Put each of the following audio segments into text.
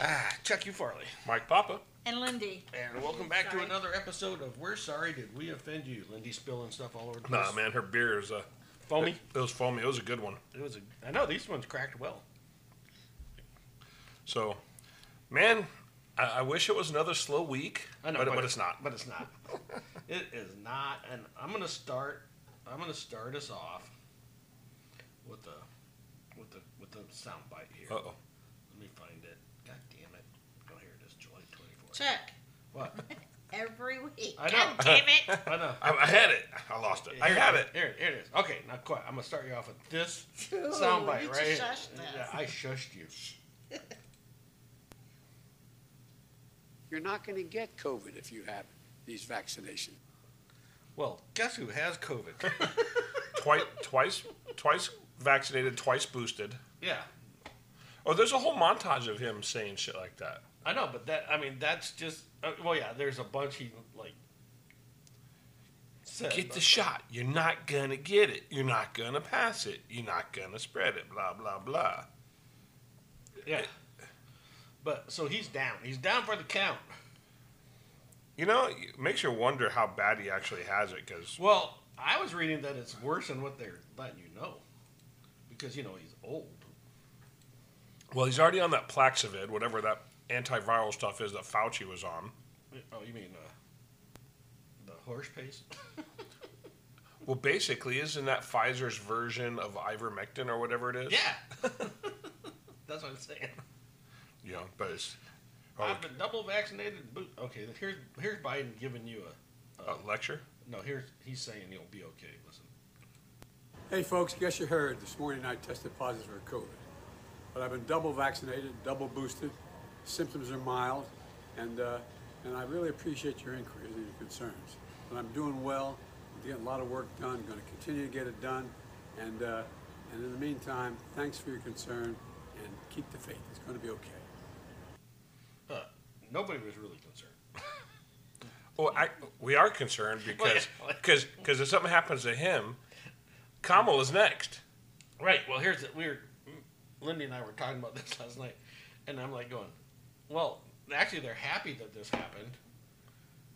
Ah, Chuck U. Farley. Mike Papa. And Lindy. And welcome back to Sorry. another episode of We're Sorry Did We Offend You? Lindy spilling stuff all over the place. Nah, man, her beer is uh, Foamy. It was foamy. It was a good one. It was a, I know these ones cracked well. So, man, I, I wish it was another slow week. I know, but, but it's not. But it's not. it is not. And I'm gonna start. I'm gonna start us off with a with a with a sound bite here. Uh oh. Let me find it. God damn it! Oh, here it is, July 24th. Chuck, What? every week. I know. God damn it. I know. I, I had it. I lost it. I Here have is. it. Here, here it is. Okay, not quite. I'm gonna start you off with this Ooh, sound bite Oh, you right just here. shushed us. Yeah, I shushed you. You're not going to get COVID if you have these vaccinations. Well, guess who has COVID? Twice, twice, twice vaccinated, twice boosted. yeah, Oh, there's a whole montage of him saying shit like that. I know, but that I mean that's just uh, well, yeah. There's a bunch he like said. Get but- the shot. You're not gonna get it. You're not gonna pass it. You're not gonna spread it. Blah blah blah. Yeah. But so he's down. He's down for the count. You know, it makes you wonder how bad he actually has it. Because Well, I was reading that it's worse than what they're letting you know, because you know he's old. well, he's already on that Plaxivid, whatever that antiviral stuff is that Fauci was on. Oh, you mean uh, the horse paste? Well, basically, isn't that Pfizer's version of ivermectin or whatever it is? Yeah. That's what I'm saying. You know, but it's oh, I've been double vaccinated. and boot- Okay, here's here's Biden giving you a a lecture. no. Here's he's saying you'll be okay. Listen. Hey, folks, guess you heard. This morning I tested positive for COVID. But I've been double vaccinated, double boosted. Symptoms are mild. And, uh, and I really appreciate your inquiries and your concerns. And I'm doing well. I'm getting a lot of work done. going to continue to get it done. And, uh, and in the meantime, thanks for your concern and keep the faith. It's going to be okay. Uh, nobody was really concerned. Well, I, we are concerned because Well, yeah. because because if something happens to him, Kamala's next. Right. Well, here's it. We were Lindy and I were talking about this last night, and I'm like going, "Well, actually, they're happy that this happened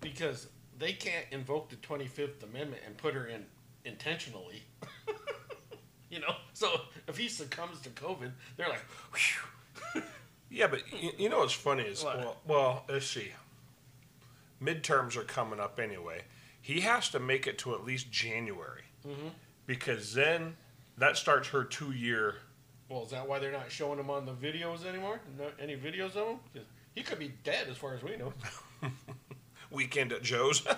because they can't invoke the 25th Amendment and put her in intentionally." you know. So if he succumbs to COVID, they're like, "Whew." Yeah, but you, you know what's funny is What? well, well, let's see. Midterms are coming up anyway. He has to make it to at least January Mm-hmm. because then that starts her two year. "Well, is that why they're not showing him on the videos anymore? No, any videos of him? 'Cause he could be dead, as far as we know." Weekend at Joe's.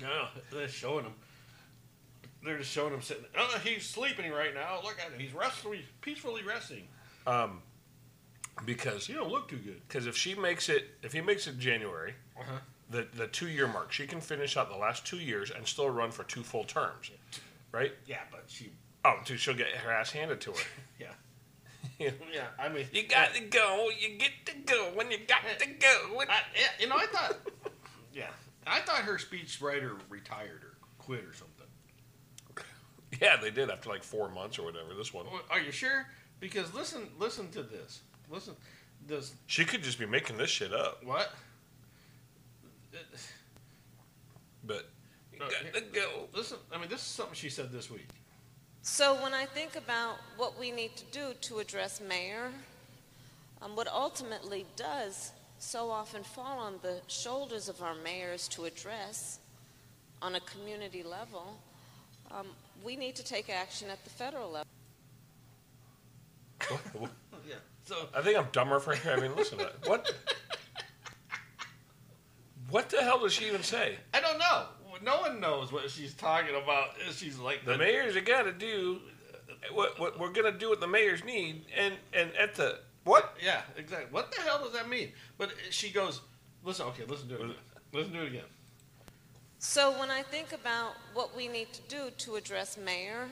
No, they're showing him. They're just showing him sitting. Oh, he's sleeping right now. Look at him. He's resting, peacefully resting. because You don't look too good. Because if she makes it, if he makes it January, Uh-huh. the the two year mark, she can finish out the last two years and still run for two full terms, right? Yeah, but she. Oh, dude, she'll get her ass handed to her. Yeah. Yeah. Yeah. I mean, you got to go. You get to go when you got to go. I, yeah, you know, I thought. yeah, I thought her speech writer retired or quit or something. yeah, they did after like four months or whatever. This one, Well, Are you sure? Because listen, listen to this. Listen, this she could just be making this shit up. what? But you Uh, got to go. Listen, I mean, this is something she said this week. So when I think about what we need to do to address mayor, um, what ultimately does so often fall on the shoulders of our mayors to address on a community level, um, we need to take action at the federal level. Yeah. So I think I'm dumber for having listened to that. What? What the hell does she even say? I don't know. No one knows what she's talking about. She's like The the- mayor's got to do what, what we're going to do what the mayor's need, and and at the what? Yeah, exactly. What the hell does that mean? But she goes, listen, okay, listen to it again. Listen to it again. So when I think about what we need to do to address mayor,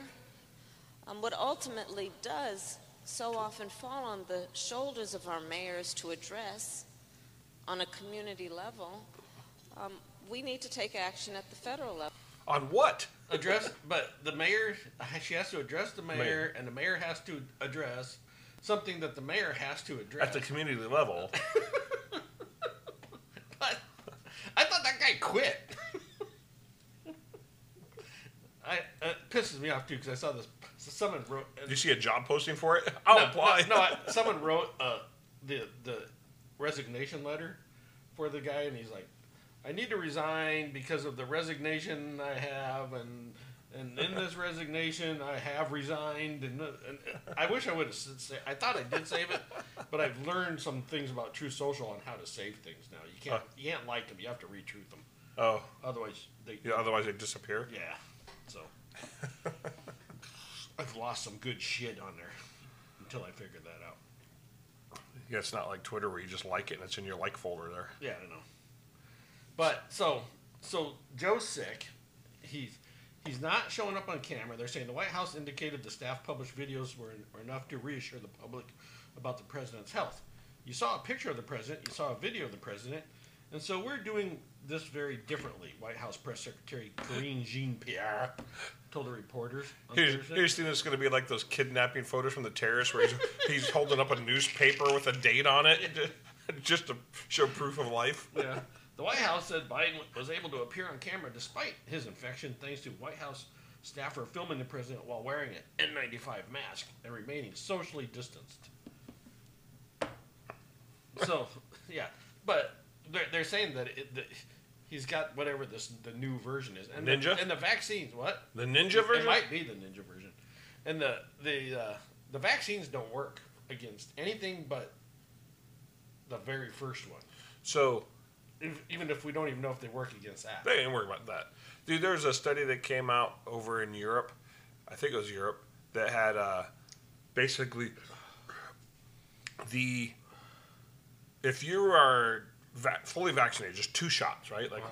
um, what ultimately does so often fall on the shoulders of our mayors to address on a community level, um, we need to take action at the federal level. On what? Address, but the mayor, she has to address the mayor, Mayor. and the mayor has to address something that the mayor has to address. at the community level. But I thought that guy quit. I it pisses me off too because I saw this. Someone wrote. Did you see a job posting for it? I'll Oh, no, apply. No, no, I, someone wrote uh, the the resignation letter for the guy, and he's like, "I need to resign because of the resignation I have, and and in this resignation I have resigned." And, and I wish I would have said, I thought I did save it, but I've learned some things about True Social on how to save things now. You can't you can't like them; you have to retruth them. oh, Otherwise, they yeah, otherwise they disappear. yeah. So I've lost some good shit on there until I figured that out. Yeah, it's not like Twitter where you just like it and it's in your like folder there. Yeah, I know. But so so Joe's sick. He's he's not showing up on camera. They're saying the White House indicated the staff published videos were, were enough to reassure the public about the president's health. You saw a picture of the president. You saw a video of the president. And so we're doing this very differently. White House Press Secretary Karine Jean-Pierre told the reporters on Here's, Thursday. here's thing that's going to be like those kidnapping photos from the terrorists where he's, he's holding up a newspaper with a date on it just to show proof of life. yeah. The White House said Biden was able to appear on camera despite his infection thanks to White House staffer filming the president while wearing an N95 mask and remaining socially distanced. So, yeah, but they're, they're saying that, it, that he's got whatever this the new version is. And Ninja? The, and the vaccines, what? The ninja version? It might be the ninja version, and the the uh, the vaccines don't work against anything but the very first one So if, even if we don't even know if they work against that. They didn't worry about that. Dude, there was a study that came out over in Europe, I think it was Europe, that had uh, basically the if you are va- fully vaccinated, just two shots, right? Like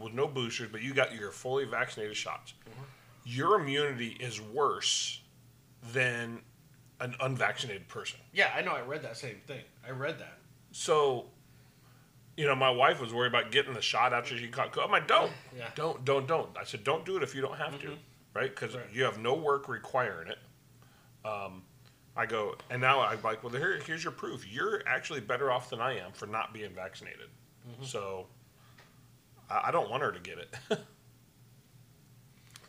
with no boosters, but you got your fully vaccinated shots. Your immunity is worse than an unvaccinated person. Yeah, I know. I read that same thing. I read that. So, you know, my wife was worried about getting the shot after she caught COVID. I'm like, don't, Yeah. Mm-hmm. don't, don't, don't. I said, don't do it if you don't have to, right? Because Right. you have no work requiring it. Um, I go, and now I'm like, well, here, here's your proof. You're actually better off than I am for not being vaccinated. Mm-hmm. So, I, I don't want her to get it.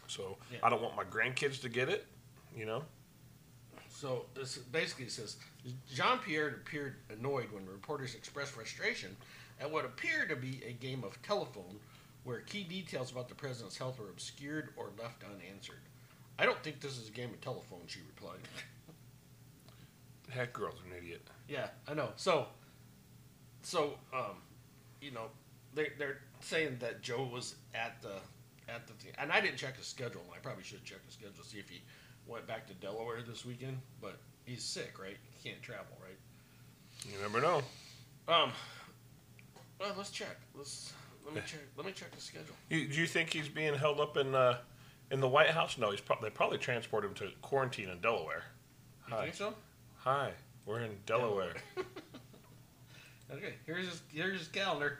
so, Yeah. I don't want my grandkids to get it. You know, So this basically says Jean Pierre appeared annoyed when reporters expressed frustration at what appeared to be a game of telephone where key details about the president's health were obscured or left unanswered. I don't think this is a game of telephone, she replied. heck, girl's an idiot. Yeah, I know. So, so um, you know, they they're saying that Joe was at the at the thing, and I didn't check his schedule. I probably should check his schedule see if he went back to Delaware this weekend. But he's sick, right? He can't travel, right? You never know. Um, well, let's check. Let's let me check. Let me check the schedule. You, do you think he's being held up in uh, in the White House? No, he's prob- they probably transport him to quarantine in Delaware. You Hi. think so? Hi, we're in Delaware. Okay, here's his, here's his calendar.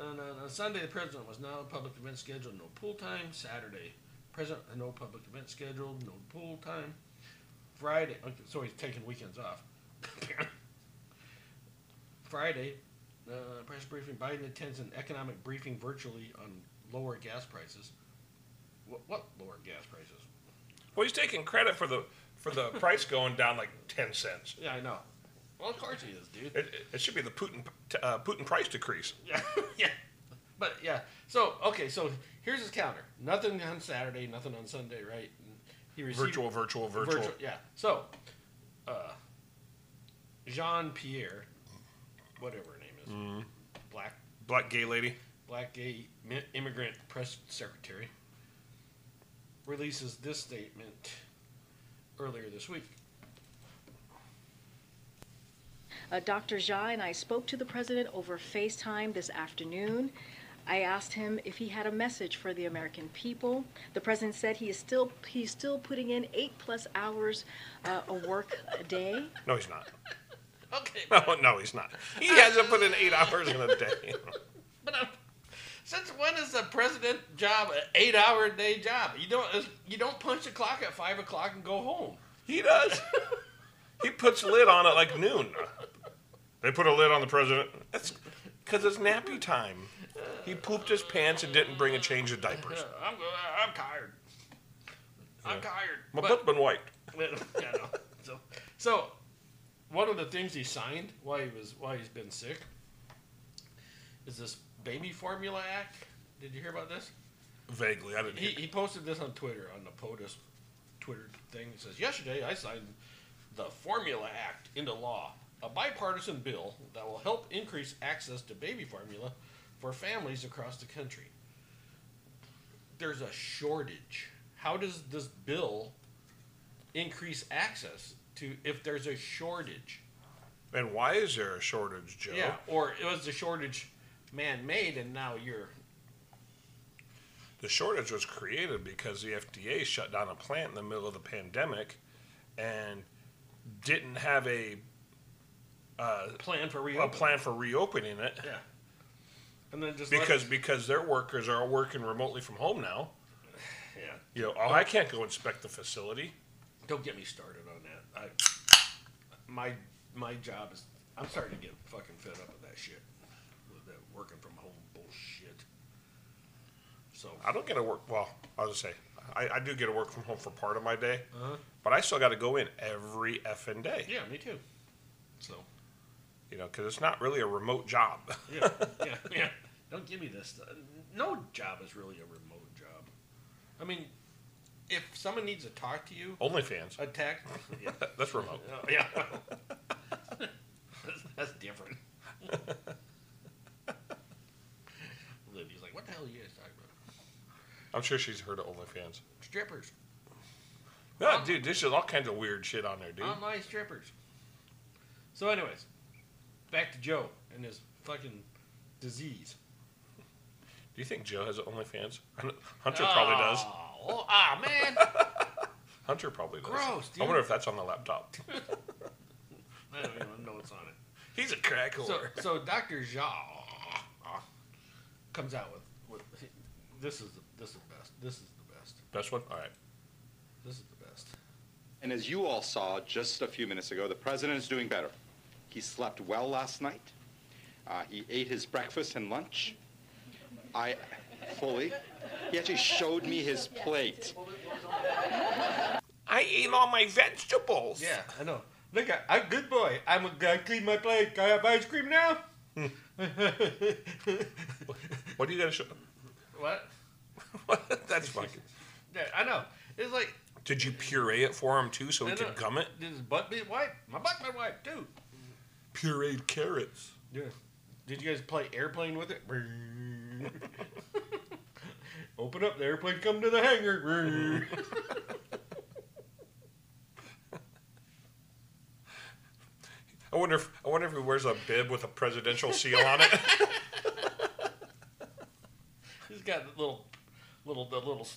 On, on, on Sunday, the president was not a public event scheduled, no pool time. Saturday, president, no public event scheduled, no pool time. Friday, okay, so he's taking weekends off. Friday, uh, press briefing. Biden attends an economic briefing virtually on lower gas prices. What, what lower gas prices? well, he's taking credit for the for the price going down like ten cents. Yeah, I know. Well, of course he is, dude. It, it, it should be the Putin p- uh, Putin price decrease. Yeah, yeah. But yeah, so okay, so here's his calendar. Nothing on Saturday, nothing on Sunday, right? And He received Virtual, virtual, virtual. Yeah. So, uh, Jean Pierre, whatever her name is, Mm-hmm. black Black gay lady. black gay mi- immigrant press secretary, releases this statement earlier this week. Uh, Dr. Jha and I spoke to the president over FaceTime this afternoon. I asked him if he had a message for the American people. The president said he is still he's still putting in eight plus hours uh, a work a day. No, he's not. Okay, No, no, he's not. He hasn't put in eight hours in a day. But i since when is a president job an eight-hour day uh, job? You don't you don't punch the clock at five o'clock and go home. He does. He puts lid on at like noon. They put a lid on the president. That's because it's nappy time. He pooped his pants and didn't bring a change of diapers. Uh, I'm, I'm tired. I'm tired. My But- butt been wiped. yeah, no. So, so one of the things he signed while he was while he's been sick is this baby formula act. Did you hear about this? Vaguely, I didn't. He, Hear. he posted this on Twitter on the POTUS Twitter thing. It says yesterday I signed the Formula Act into law, a bipartisan bill that will help increase access to baby formula for families across the country. There's a shortage. How does this bill increase access to if there's a shortage? And why is there a shortage, Joe? Yeah, or it was the shortage man-made, and now you're The shortage was created because the FDA shut down a plant in the middle of the pandemic, and didn't have a plan for Uh, a reopening. plan for reopening it Yeah. And then just let- because because their workers are working remotely from home now. yeah. You know, oh, I can't go inspect the facility. Don't get me started on that. I, my my job is. I'm starting to get fucking fed up with that shit, with that working from home bullshit. So I don't get to work. Well, I was gonna say I, I do get to work from home for part of my day, but I still got to go in every effing day. Uh-huh. yeah, me too. So You know, because it's not really a remote job. yeah, yeah, yeah. Don't give me this. stuff. No job is really a remote job. I mean, if someone needs to talk to you, OnlyFans. a text. Yeah, That's remote. Oh, yeah. that's, that's different. Libby's like, what the hell are you guys talking about? I'm sure she's heard of OnlyFans. Strippers. No, Uh-huh. dude, there's just all kinds of weird shit on there, dude. Online strippers. So, anyways, back to Joe and his fucking disease. Do you think Joe has OnlyFans? Hunter probably does. Oh, ah, man. Hunter probably does. Gross, I wonder dude. if that's on the laptop. I don't even know what's on it. He's a crack whore. So, so Dr. Zha comes out with, with this is the, this is best. This is the best. Best one. All right. This is the best. And as you all saw just a few minutes ago, the president is doing better. He slept well last night. Uh, he ate his breakfast and lunch. I fully. He actually showed me his plate. I ate all my vegetables. Yeah, I know. Look, I, I'm a good boy. I'm a, I clean my plate. Can I have ice cream now? What do you got to show? What? that's fucking. Yeah, I know. It's like Did you puree it for him too, so he I know. could gum it? Did his butt be wiped? My butt been wiped too. Pureed carrots. Yeah. Did you guys play airplane with it? Open up the airplane, come to the hangar. I wonder if I wonder if he wears a bib with a presidential seal on it. He's got the little, little, the little s-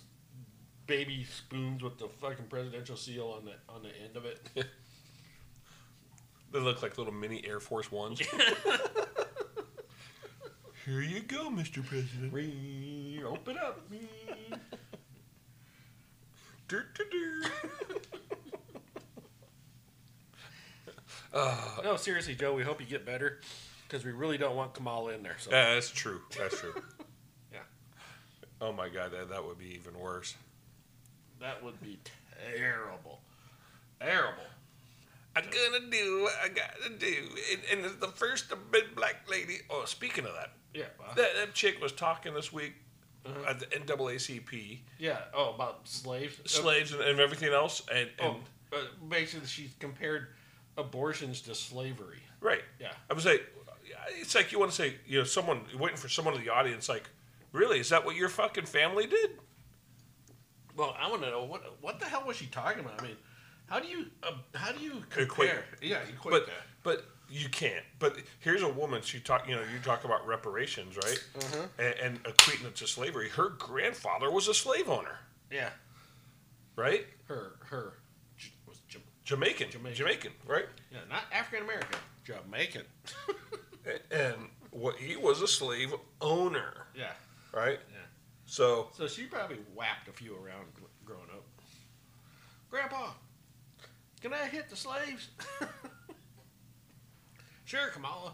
baby spoons with the fucking presidential seal on the on the end of it. They look like little mini Air Force Ones. Here you go, Mr. President. Open up. Dur, dur, dur. No, seriously, Joe. We hope you get better, because we really don't want Kamala in there. So Yeah, that's true. That's true. Yeah. Oh my god, that, that would be even worse. that would be terrible, terrible. I'm gonna do what I gotta do, and, and it's the first of big black lady. Oh, speaking of that, Yeah. well, that, that chick was talking this week at the NAACP, Yeah. Oh, about slaves. Uh, slaves and, and everything else, and, and Oh, uh, basically, she's compared abortions to slavery. right, Yeah. I was like, it's like you want to say, you know, someone waiting for someone in the audience, like, really, is that what your fucking family did? Well, I want to know what what the hell was she talking about? I mean, how do you uh, how do you compare? Equate. Yeah, equate but that. but you can't. But here's a woman. She talk. You know, you talk about reparations, right? Mm-hmm. And, and equating it to slavery. Her grandfather was a slave owner, Yeah, right? her her J- was Jam- Jamaican, Jamaican. Jamaican, right? yeah, not African American, Jamaican. And what he was a slave owner, Yeah, right? Yeah. So so she probably whapped a few around gr- growing up. Grandpa, Can I hit the slaves? sure, Kamala.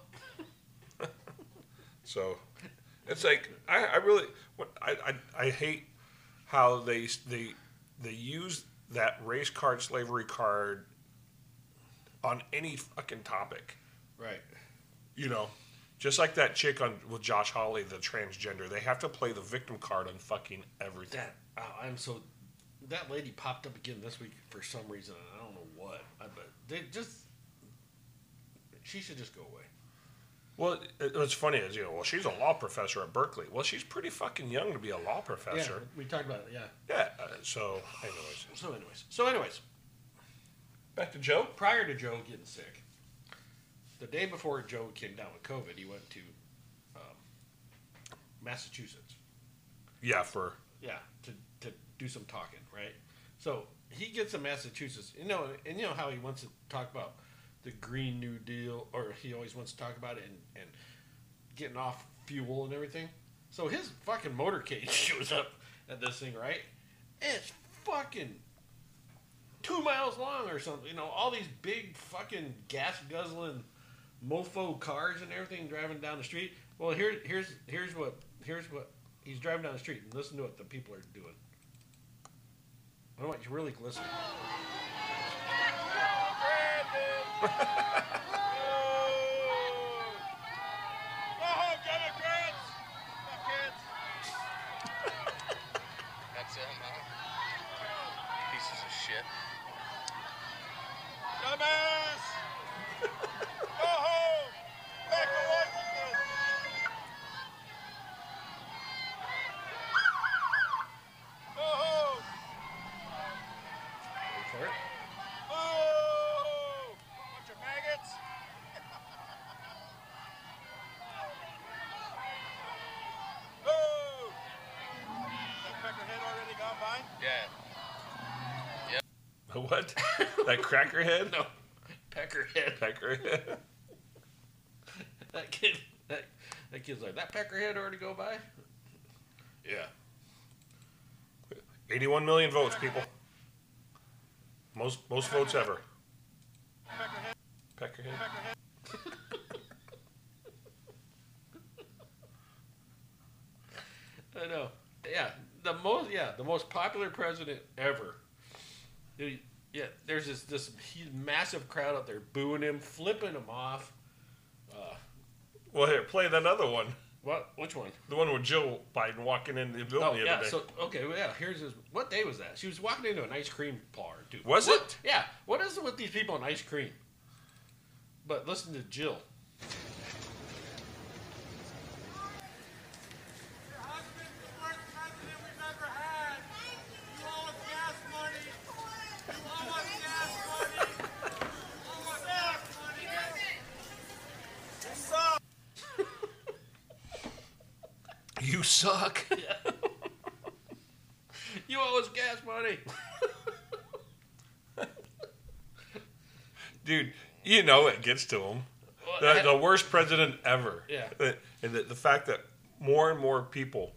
So it's like I, I really what- I, I I hate how they they they use that race card slavery card on any fucking topic. Right. You know, just like that chick on with Josh Hawley, the transgender. They have to play the victim card on fucking everything. That oh, I'm so. That lady popped up again this week for some reason. and I don't know what. I but they just. She should just go away. Well, it, what's funny is you know, well, she's a law professor at Berkeley. Well, she's pretty fucking young to be a law professor. Yeah, we talked about it. Yeah. Yeah. uh, so, anyways, So, anyways. So, anyways. back to Joe. prior to Joe getting sick, the day before Joe came down with COVID, he went to um, Massachusetts. Yeah, for Yeah, to, to do some talking, right? So he gets to Massachusetts. You know, and you know how he wants to talk about the Green New Deal, or he always wants to talk about it and, and getting off fuel and everything. So his fucking motorcade shows up at this thing, right? And it's fucking two miles long or something. You know, all these big fucking gas guzzling mofo cars and everything driving down the street. Well, here, here's here's what here's what he's driving down the street and listen to what the people are doing. I want you to really listen. That's it, man. Pieces of shit. Wait for it. Yeah. What? that crackerhead? No. Peckerhead. Crackerhead. That kid. That, that kid's like that peckerhead already go by. Yeah. 81 million votes, people. Most most votes ever. Peckerhead. I know. Yeah, the most yeah the most popular president ever. He- Yeah, there's this this huge, massive crowd out there booing him, flipping him off. Well, here, play that other one. What? Which one? The one with Jill Biden walking in the building Oh the other yeah. day. So okay, well, yeah. Here's his. What day was that? She was walking into an ice cream parlor. Dude. Was What- it? Yeah. What is it with these people and ice cream? But listen to Jill. Your husband's the worst president we've ever had. You owe us gas money. You owe us gas money. You owe us gas money. You suck. you suck. You owe us gas money. Dude, you know it gets to him. The, the worst president ever. Yeah. And the, the fact that more and more people,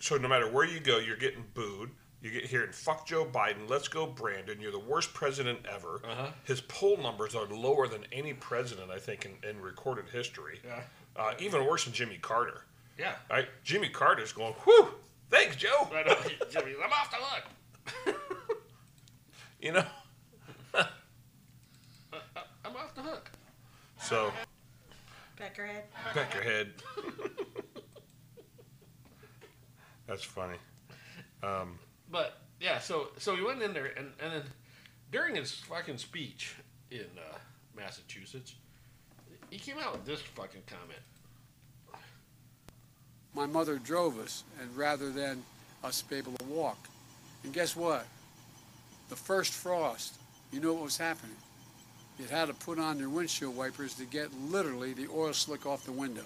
so no matter where you go, you're getting booed. You get hearing "fuck Joe Biden," "let's go Brandon," "you're the worst president ever." Uh-huh. His poll numbers are lower than any president I think in, in recorded history. Yeah. Uh, even worse than Jimmy Carter. Yeah. Right? Jimmy Carter's going, "Whew, thanks, Joe." I know. Jimmy, I'm off the hook. You know. I'm off the hook. So Peckerhead. crack your head. That's funny. But yeah, so so he went in there, and and then during his fucking speech in uh, Massachusetts, he came out with this fucking comment. My mother drove us, and rather than us be able to walk. And guess what? The first frost, you knew what was happening. You had to put on your windshield wipers to get literally the oil slick off the window.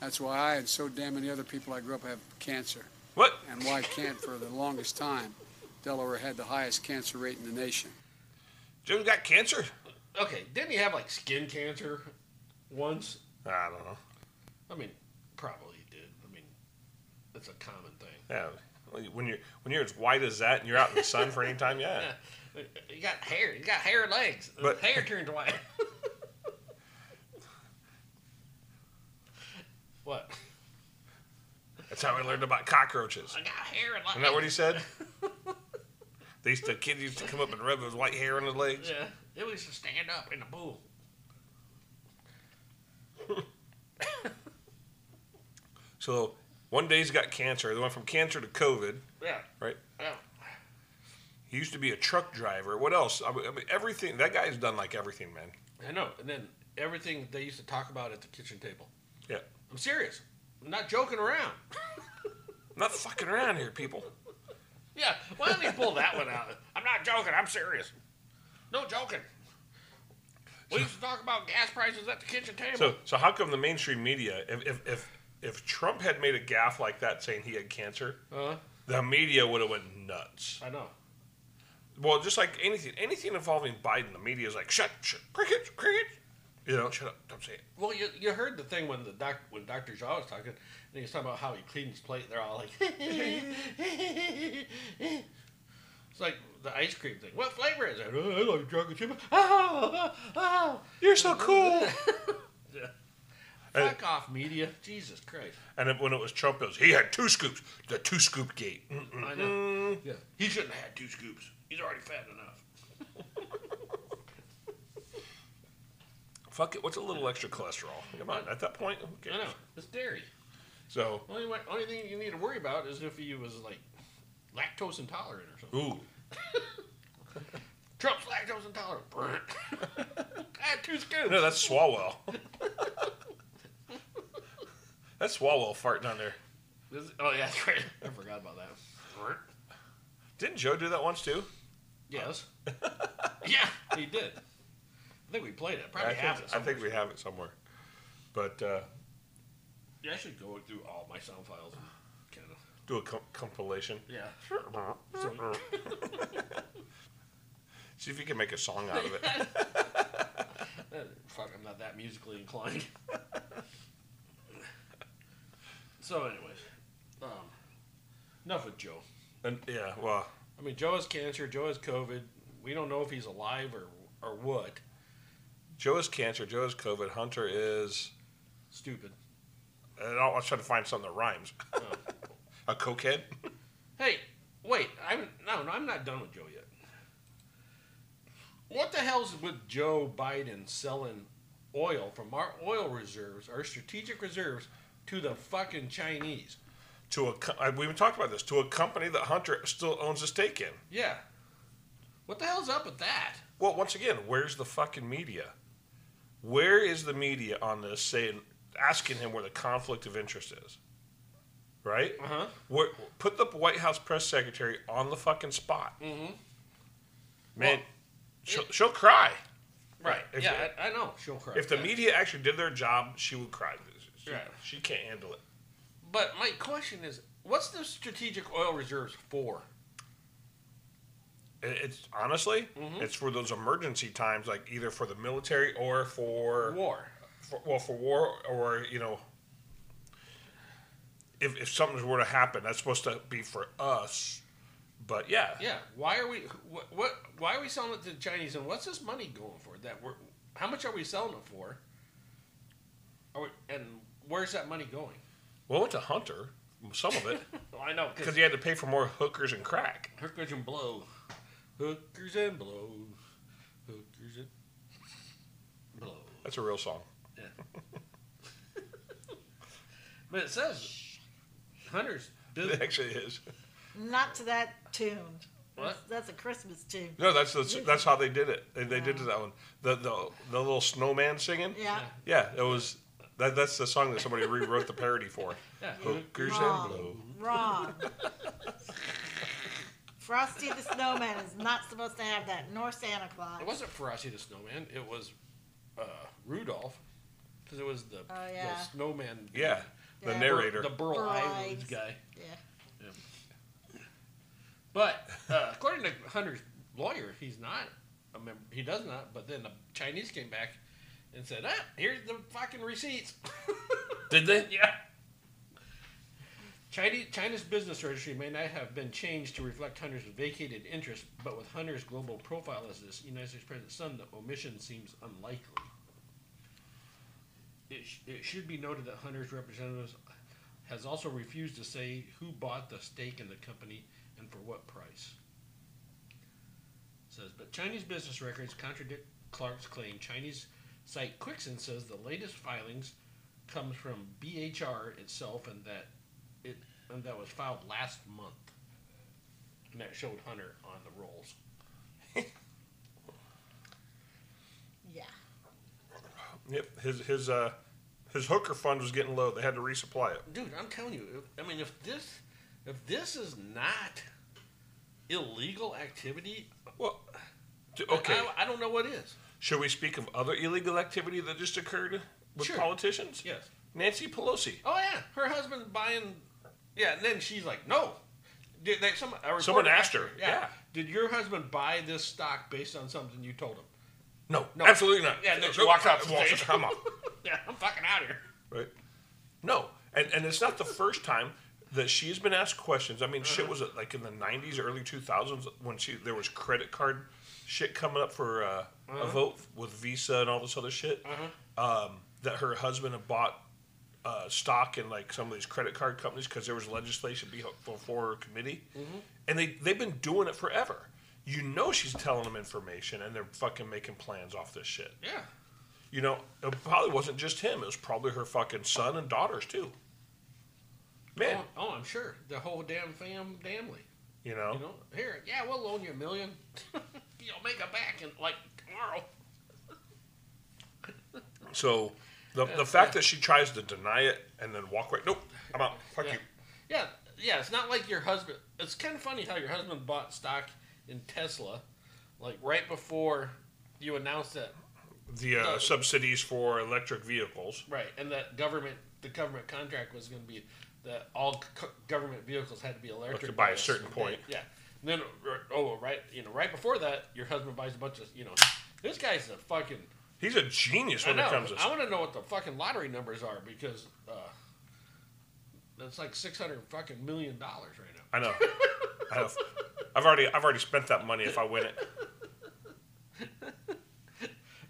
That's why I and so damn many other people I grew up have cancer, What? and why Kent, for the longest time, Delaware had the highest cancer rate in the nation. Joe got cancer? Okay, didn't he have like skin cancer once? I don't know. I mean, probably he did. I mean, it's a common thing. Yeah. When you're when you're as white as that and you're out in the sun for any time, yeah. You got hair. You got hair and legs. But- hair turns white. what? That's how I learned about cockroaches. I got hair and legs. Isn't that what he said? They used to, kid used to come up and rub his white hair on his legs. Yeah, it was to stand up in the pool. So one day he's got cancer. They went from cancer to COVID, Yeah, right? yeah. He used to be a truck driver. What else? I mean, I mean, everything. That guy's done like everything, man. I know. And then everything they used to talk about at the kitchen table. Yeah. I'm serious. I'm not joking around. I'm not fucking around here, people. Yeah, why don't you pull that one out? I'm not joking. I'm serious. No joking. We used to talk about gas prices at the kitchen table. So, so how come the mainstream media, if if if, if Trump had made a gaffe like that saying he had cancer, Uh-huh. the media would have went nuts. I know. Well, just like anything, anything involving Biden, the media is like, shut, shut, cricket, cricket. You know, shut up, don't say it. Well, you, you heard the thing when the doc when Doctor Jaw was talking, and he was talking about how he cleaned his plate. They're all like, it's like the ice cream thing. What flavor is it? "Oh, I like chocolate chip. Oh, oh, You're so cool. fuck off, media. Jesus Christ. and then when it was Trump, it was he had two scoops. The two scoop gate. Mm-mm. I know. Mm-hmm. Yeah, he shouldn't have had two scoops. He's already fat enough. Fuck it. What's a little extra cholesterol? Come on. At that point, who I cares? know. It's dairy. So, Only one- only thing you need to worry about is if he was like lactose intolerant or something. ooh, Trump's lactose intolerant. I had two scoops. no, that's Swalwell. that's Swalwell farting on there. This- oh yeah, that's right. I forgot about that. Didn't Joe do that once too? Yes. yeah, he did. I think we played it. Probably I have think, it. I think somewhere. we have it somewhere. But uh, Yeah, I should go through all my sound files. And kind of. do a com- compilation. Yeah. See if you can make a song out of it. Uh, Fuck, I'm not that musically inclined. so, anyways, um, enough with Joe. And yeah, well, I mean, Joe has cancer. Joe has COVID. We don't know if he's alive or or what. Joe is cancer. Joe is COVID. Hunter is. Stupid. I don't- I was trying to find something that rhymes. a cokehead. Hey, wait. I'm no, no. I'm not done with Joe yet. What the hell's with Joe Biden selling oil from our oil reserves, our strategic reserves, to the fucking Chinese? To a co- I- we've talked about this to a company that Hunter still owns a stake in. Yeah. What the hell's up with that? Well, once again, where's the fucking media? Where is the media on this saying asking him where the conflict of interest is? Right? Uh-huh. Where, put the White House press secretary on the fucking spot. Mm-hmm. Man, Well, she'll, she'll cry. Right. If- yeah, I, I know. She'll cry. If the Yeah. media actually did their job, she would cry. She, Yeah. she can't handle it. But my question is, what's the strategic oil reserves for? It- It's honestly, it's for those emergency times, like either for the military or for War. for, well for war or you know if, if something were to happen that's supposed to be for us but yeah, Yeah. Why are we what, what why are we selling it to the Chinese and what's this money going for? That we're how much are we selling it for? Are we, and where's that money going? well it went to hunter some of it Well, I know because he had to pay for more hookers and crack hookers and blow, hookers and blow, hookers and blow. that's a real song But it says hunters. it Business. actually is Not to that tune. What? That's, that's a Christmas tune. no that's that's, that's how they did it they, they did that one the, the the little snowman singing Yeah. yeah it was that, that's the song that somebody rewrote the parody for Yeah. hookers Wrong. and blow Wrong. Frosty the Snowman is not supposed to have that, nor Santa Claus. It wasn't Frosty the Snowman. It was uh, Rudolph, because it was the, Oh, the yeah. snowman. yeah the Yeah. narrator The Burl Brides. Islands guy. Yeah. But uh, according to Hunter's lawyer, he's not a member. He does not. But then the Chinese came back and said, "Ah, here's the fucking receipts." did they yeah. China, China's business registry may not have been changed to reflect Hunter's vacated interest, but with Hunter's global profile as this United States president's son, the omission seems unlikely. It, sh- it should be noted that Hunter's representatives has also refused to say who bought the stake in the company and for what price. Says, but Chinese business records contradict Clark's claim. Chinese site Quixin says the latest filings comes from BHR itself, and that it and that was filed last month, and that showed Hunter on the rolls. Yeah. Yep, his his uh his hooker fund was getting low. They had to resupply it. Dude, I'm telling you. if- I mean, if this if this is not illegal activity, Well, d- I- okay. I, I don't know what is. Should we speak of other illegal activity that just occurred with Sure. politicians? Yes. Nancy Pelosi. Oh yeah, her husband buying. Yeah, and then she's like, no. Did they, some, a Someone reporter asked her, yeah. Did your husband buy this stock based on something you told him? No, No. absolutely not. Yeah, no, she no. walked out the wall. Okay. Come on. Yeah, I'm fucking out of here. Right. No, and and it's not the first time that she has been asked questions. I mean, shit was like in the '90s, early 2000s when she there was credit card shit coming up for uh, a vote with Visa and all this other shit. Um, that her husband had bought uh, stock in like some of these credit card companies because there was legislation be- before her committee, and they they've been doing it forever. You know she's telling them information, and they're fucking making plans off this shit. Yeah. You know, it probably wasn't just him. It was probably her fucking son and daughters too. Man, Oh, oh, I'm sure the whole damn fam, damnly. you know, You know, here, yeah, we'll loan you a million. You'll make it back in like tomorrow. so the the fact that she tries to deny it and then walk away. Nope, I'm out. Fuck Yeah. you. Yeah, yeah. It's not like your husband. It's kind of funny how your husband bought stock in Tesla, like right before you announced that. The uh, No. subsidies for electric vehicles. Right, and that government, the government contract was going to be that all c- government vehicles had to be electric by a this certain date. point. Yeah. And then, r- oh, right, you know, right before that, your husband buys a bunch of, you know, this guy's a fucking. He's a genius I when it know. comes to. I want to know what the fucking lottery numbers are because uh, that's like six hundred fucking million dollars right now. I know. I have. I've already. I've already spent that money. If I win it,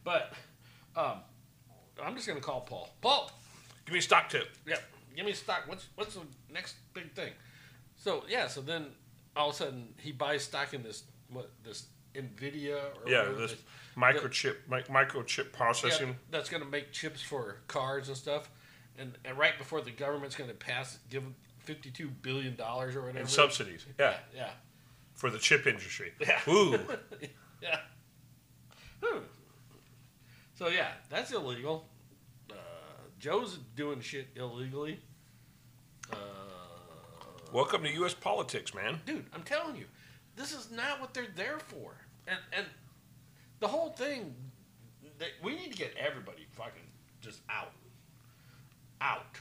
But um, I'm just gonna call Paul. Paul, give me a stock tip. yeah, give me stock. What's what's the next big thing? So yeah, so then all of a sudden he buys stock in this what this Nvidia or Yeah, whatever this it is. microchip, mi- microchip Yeah, processing. that's gonna make chips for cars and stuff. And, and right before the government's gonna pass give fifty two billion dollars or whatever. And subsidies, yeah, yeah. for the chip industry. Ooh, Yeah. Hmm. So yeah, that's illegal. Uh, Joe's doing shit illegally. Uh, welcome to U.S. politics, man. dude, I'm telling you, this is not what they're there for. And and the whole thing, they, we need to get everybody fucking just out, out.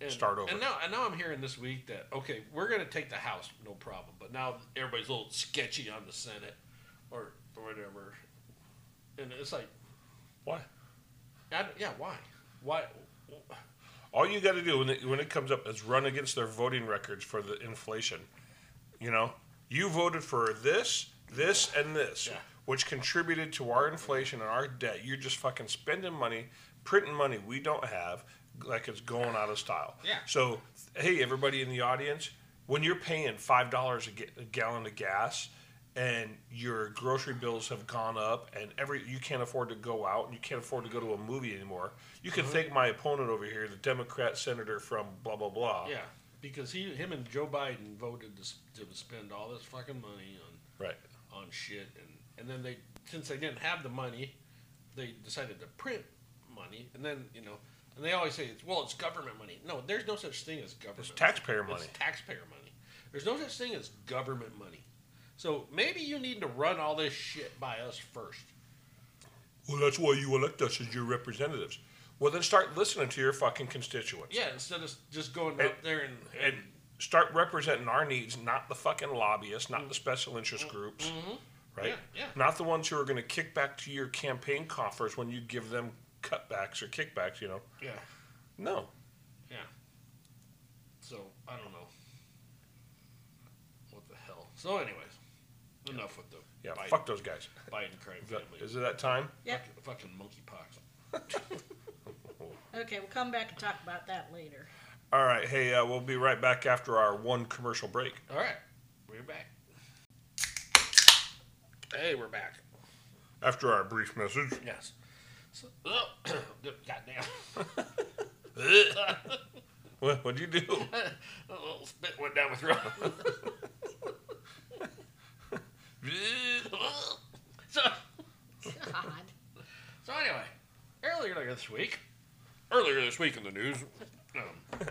And, Start over. And now, and now I'm hearing this week that okay, we're gonna take the House, no problem. But now everybody's a little sketchy on the Senate, or or whatever. And it's like, Why? I, yeah, why, why? All you got to do when it, when it comes up is run against their voting records for the inflation. You know, you voted for this, this, and this, Yeah. which contributed to our inflation and our debt. You're just fucking spending money, printing money we don't have, like it's going out of style. Yeah. So, hey, everybody in the audience, when you're paying five dollars a ga- a gallon of gas. And your grocery bills have gone up, and every you can't afford to go out, and you can't afford to go to a movie anymore. You can thank my opponent over here, the Democrat senator from blah blah blah. Yeah, because he, him, and Joe Biden voted to, s- to spend all this fucking money on Right. on shit and and then they since they didn't have the money they decided to print money and then you know and they always say it's well it's government money no there's no such thing as government It's taxpayer money. money. it's taxpayer money there's no such thing as government money so maybe you need to run all this shit by us first Well, that's why you elect us as your representatives. Well, then start listening to your fucking constituents yeah instead of just going And- up there and, and start representing our needs, not the fucking lobbyists, not the special interest groups, right? Mm. Mm-hmm. Yeah, yeah. Not the ones who are going to kick back to your campaign coffers when you give them cutbacks or kickbacks. You know, yeah no. yeah So I don't know what the hell. So, anyways, enough with the Yeah, Biden, fuck those guys. Biden crime Is, that, family. is it that time? Yep. Fucking, fucking monkeypox. Okay, we'll come back and talk about that later. All right. Hey, uh, we'll be right back after our one commercial break. All right, we're back. Hey, we're back. After our brief message. Yes. So, oh, goddamn, What, what'd you do? a little spit went down my throat. so, God. so anyway, earlier this week, earlier this week in the news, um,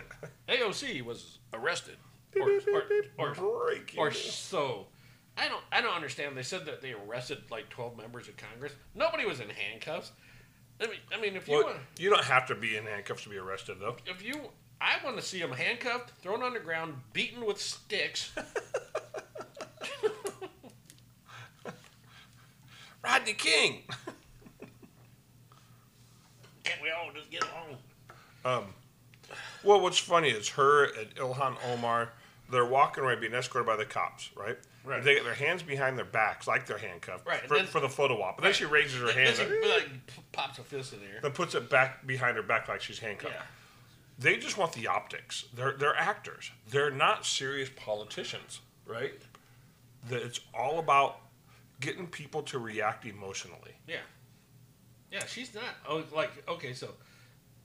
AOC was arrested. Or, or, or, Break. or so. I don't I don't understand. They said that they arrested like twelve members of Congress. Nobody was in handcuffs. I mean, I mean, if you Well, want, you don't have to be in handcuffs to be arrested, though. if you, I want to see them handcuffed, thrown on the ground, beaten with sticks. Rodney King. Can't we all just get along? Well, what's funny is her and Ilhan Omar, they're walking away being escorted by the cops, right? Right. They get their hands behind their backs like they're handcuffed Right, and for, then- for the photo op. But then she raises her And hands she, like, like p- pops a fist in the air. then puts it back behind her back like she's handcuffed. Yeah. They just want the optics. They're, they're actors. They're not serious politicians, right? That it's all about getting people to react emotionally. Yeah. Yeah, she's not. Oh, like okay, so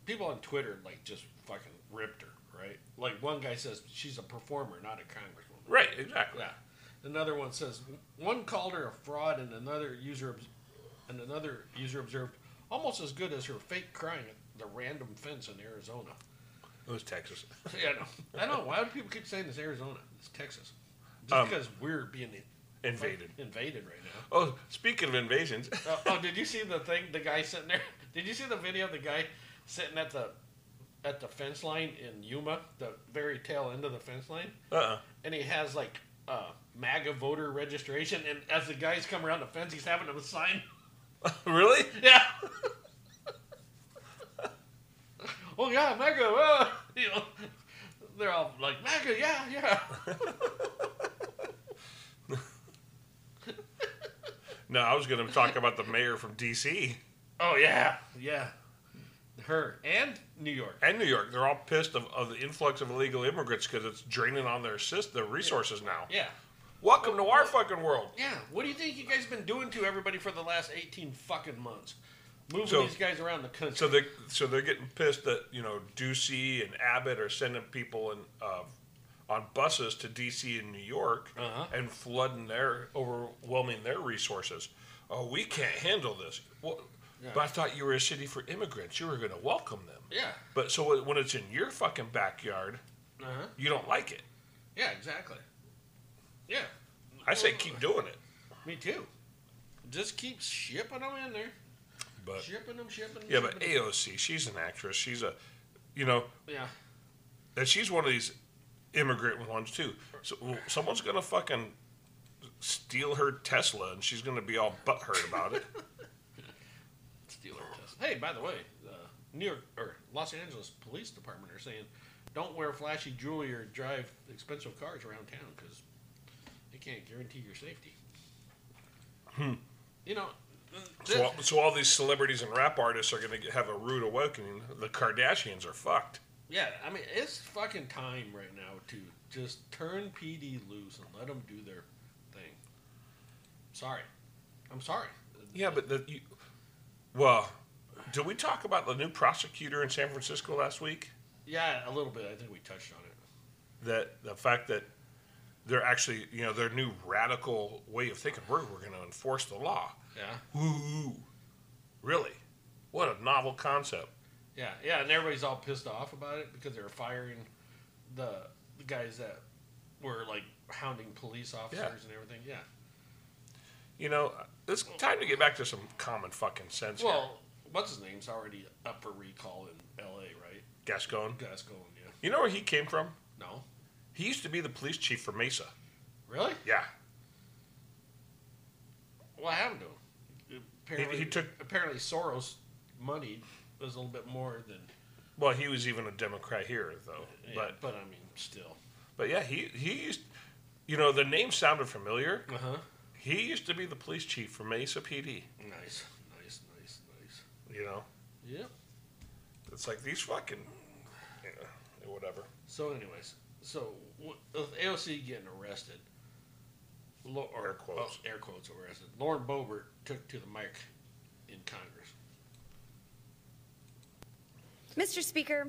people on Twitter like just fucking ripped her, right? Like one guy says she's a performer, not a congresswoman. Right, exactly. Yeah. Another one says one called her a fraud, and another user obs- and another user observed almost as good as her fake crying at the random fence in Arizona. It was Texas. yeah, I know. I know. Why do people keep saying it's Arizona? It's Texas. Just Um, because we're being Invaded. invaded right now. Oh, speaking of invasions, Uh, oh, did you see the thing? The guy sitting there. Did you see the video of the guy sitting at the at the fence line in Yuma, the very tail end of the fence line? Uh-uh. And he has like uh, MAGA voter registration, and as the guys come around the fence, he's having them sign. really? Yeah. oh yeah, MAGA. Uh, you know, they're all like MAGA. Yeah, yeah. No, I was going to talk about the mayor from D.C. Oh yeah, yeah. Her and New York. and New York. They're all pissed of, of the influx of illegal immigrants because it's draining on their sys- their resources now. Yeah. Welcome to our fucking world. Yeah, what do you think you guys been doing to everybody for the last eighteen fucking months? Moving So- these guys around the country. So they so they're getting pissed that you know Ducey and Abbott are sending people in, uh, on buses to D.C. and New York Uh-huh. and flooding their overwhelming their resources. Oh, we can't handle this. Well, Yeah. But I thought you were a city for immigrants. You were going to welcome them. yeah, But so when it's in your fucking backyard, uh-huh. you don't like it. yeah, exactly. Yeah, I say keep doing it. me too. Just keep shipping them in there, But shipping them, shipping. Yeah, but AOC, she's an actress. She's a, you know, yeah, and she's one of these immigrant ones too. So well, someone's gonna fucking steal her Tesla, and she's gonna be all butthurt about it. Steeler test. Hey, by the way, uh, New York or Los Angeles Police Department are saying, don't wear flashy jewelry or drive expensive cars around town because they can't guarantee your safety. You know. Hmm. so, all, so all these celebrities and rap artists are gonna get, have a rude awakening. The Kardashians are fucked. Yeah, I mean it's fucking time right now to just turn PD loose and let them do their thing. Sorry, I'm sorry. Yeah, but the, you, well, did we talk about the new prosecutor in San Francisco last week? Yeah, a little bit. I think we touched on it. That the fact that they're actually, you know, their new radical way of thinking, we're, we're gonna enforce the law. Yeah, Ooh, really? What a novel concept. yeah, yeah. And everybody's all pissed off about it because they're firing the the guys that were like hounding police officers Yeah. and everything. Yeah. You know, it's time to get back to some common fucking sense here. Well, what's his name's already up for recall in L.A. Right? Gascon. Gascon. Yeah. You know where he came from? No. He used to be the police chief for Mesa. Really? Yeah. What happened to him? Apparently, he took- apparently Soros' money was a little bit more than Well, he was even a Democrat here, though. Yeah, But but I mean, still. but yeah, he he used. You know, the name sounded familiar. Uh huh. He used to be the police chief for Mesa PD. Nice, nice, nice, nice. You know, Yep. it's like these fucking, you know, whatever. So, anyways, so w- with AOC getting arrested, Lo- or, Air quotes. oh, air quotes arrested. Lauren Boebert took to the mic in Congress. Mr. Speaker,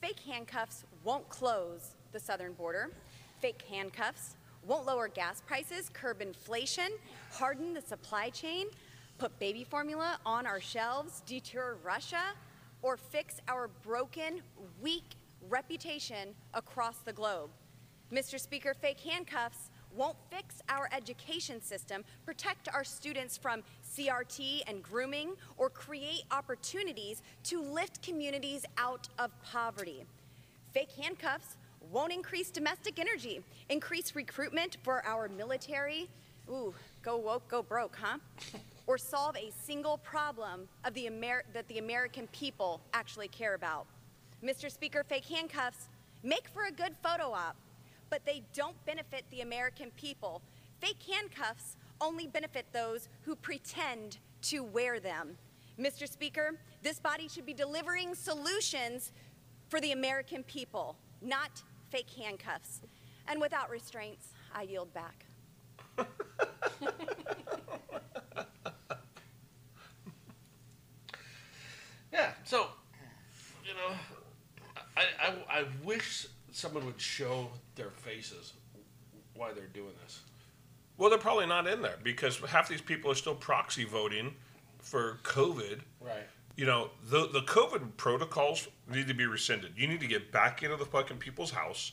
fake handcuffs won't close the southern border. Fake handcuffs won't lower gas prices, curb inflation, harden the supply chain, put baby formula on our shelves, deter Russia, or fix our broken, weak reputation across the globe. Mr. Speaker, fake handcuffs won't fix our education system, protect our students from CRT and grooming, or create opportunities to lift communities out of poverty. Fake handcuffs won't increase domestic energy, increase recruitment for our military. Ooh, go woke, go broke, huh? Or solve a single problem of the Amer- that the American people actually care about. Mr. Speaker, fake handcuffs make for a good photo op, but they don't benefit the American people. Fake handcuffs only benefit those who pretend to wear them. Mr. Speaker, this body should be delivering solutions for the American people, not fake handcuffs. And without restraints, I yield back. Yeah. So, you know, I, I, I wish someone would show their faces why they're doing this. Well, they're probably not in there because half these people are still proxy voting for COVID. Right. You know, the the COVID protocols need to be rescinded. You need to get back into the fucking people's house,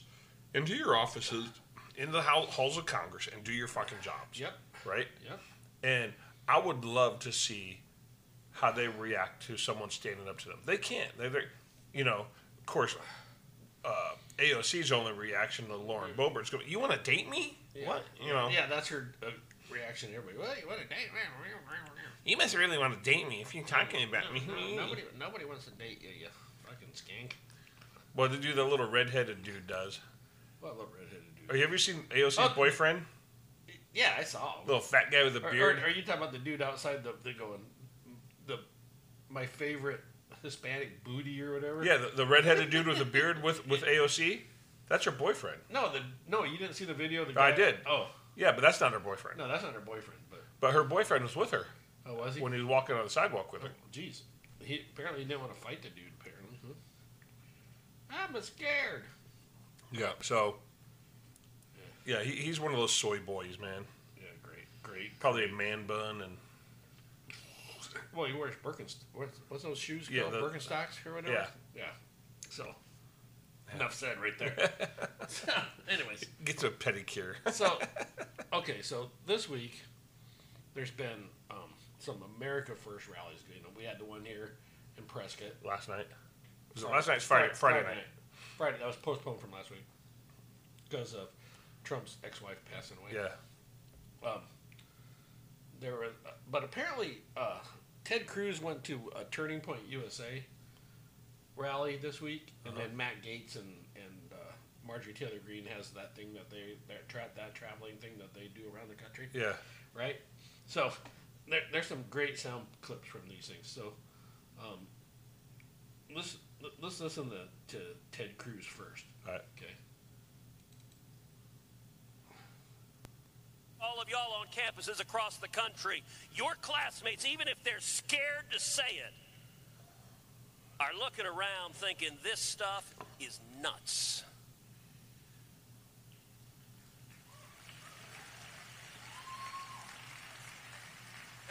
into your offices, into the hou- halls of Congress, and do your fucking jobs. Yep. Right. Yep. And I would love to see how they react to someone standing up to them. They can't. They're, they're you know, of course, uh, AOC's only reaction to Lauren Boebert's going, "You want to date me? What? You know? Mm-hmm. Yeah, that's her uh, reaction. to Everybody, well, you want to date? You must really want to date me if you're talking about me." Nobody, nobody wants to date you, you fucking skank. Well, the dude, that little redheaded dude does. Well, I love redheaded dude. Have you ever seen AOC's Oh. boyfriend? Yeah, I saw. Him. Little fat guy with a Or- or- beard. Are, you talking about the dude outside the, the going the my favorite Hispanic booty or whatever? yeah, the, the redheaded dude with a beard with with AOC. That's her boyfriend. No, the no, you didn't see the video. Of the I guy- did. Oh Yeah, but that's not her boyfriend. no, that's not her boyfriend. But But her boyfriend was with her oh, was he? Oh, when he was walking on the sidewalk with her. Jeez, he apparently didn't want to fight the dude. Apparently, Mm-hmm. I'm scared. Yeah. So. Yeah, he, he's one of those soy boys, man. Yeah, great, great. Probably a man bun and Well, he wears Birkenstocks. What's, what's those shoes Yeah, called? the- Birkenstocks or whatever. Yeah. yeah. So, enough said right there. anyways, gets a pedicure. so okay, so this week there's been um, some America First rallies. You know, we had the one here in Prescott. last night. Was it last night's Friday? Fri- Friday, night. Friday. That was postponed from last week because of Trump's ex-wife passing away. Yeah. There were, but apparently uh, Ted Cruz went to a Turning Point USA rally this week, and then Matt Gates and and uh, Marjorie Taylor Greene has that thing that they that tra- that traveling thing that they do around the country. Yeah. right? So there, there's some great sound clips from these things. So um, let's let's listen to, to Ted Cruz first. All right. Okay. all of y'all on campuses across the country, your classmates, even if they're scared to say it, are looking around thinking this stuff is nuts.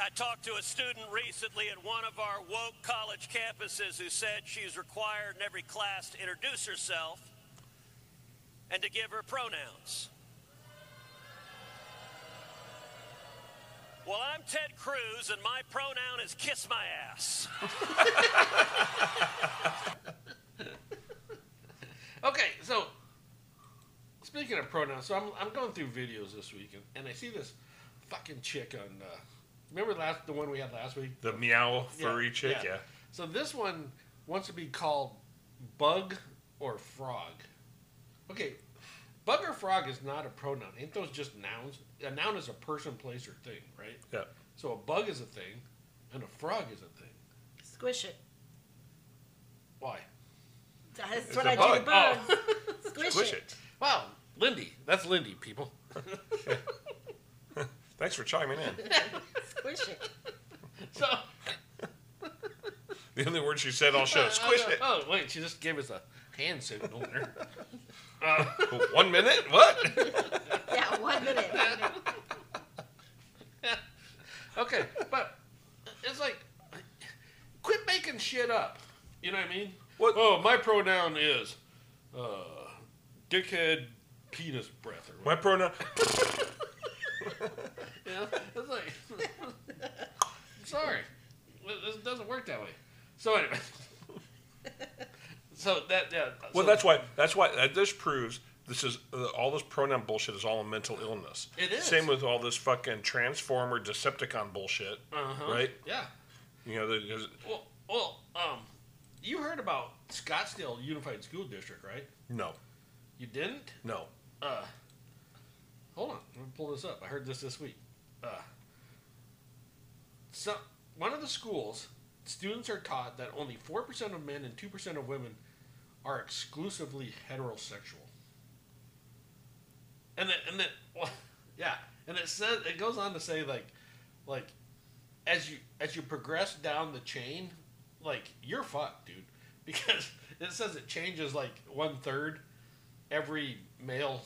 I talked to a student recently at one of our woke college campuses who said she's required in every class to introduce herself and to give her pronouns. Well, I'm Ted Cruz, and my pronoun is kiss my ass. Okay. So speaking of pronouns, so I'm I'm going through videos this week, and, and I see this fucking chick on. Uh, remember last the one we had last week? The meow furry chick. Yeah. So this one wants to be called bug or frog. Okay, bug or frog is not a pronoun. Ain't those just nouns? A noun is a person, place, or thing, right? Yeah. So a bug is a thing, and a frog is a thing. Squish it. Why? That's It's what a I do to bug. Oh. bugs. Squish, Squish it. it. Wow, Lindy. That's Lindy, people. Thanks for chiming in. Squish it. So The only word she said all show. Squish it. Oh wait, she just gave us a hand signal there. One minute? What? Yeah, one minute. Okay, but it's like, quit making shit up. You know what I mean? Oh, my pronoun is, uh, dickhead, penis breath, or My pronoun. You know, it's like, sorry, it it doesn't work that way. So anyway, so that yeah. Well, so- that's why. That's why. That just proves this is uh, all this pronoun bullshit is all a mental illness. It is. Same with all this fucking transformer Decepticon bullshit. Uh-huh. Right. Yeah. You know, there- there's, Well, well, um, you heard about Scottsdale Unified School District, right? no, You didn't? no. Uh, hold on, let me pull this up. I heard this this week. Uh, so one of the schools, students are taught that only four percent of men and two percent of women are exclusively heterosexual. And then, and then, well, yeah, and it says it goes on to say like, like, as you as you progress down the chain, like you're fucked, dude, because it says it changes like one third every male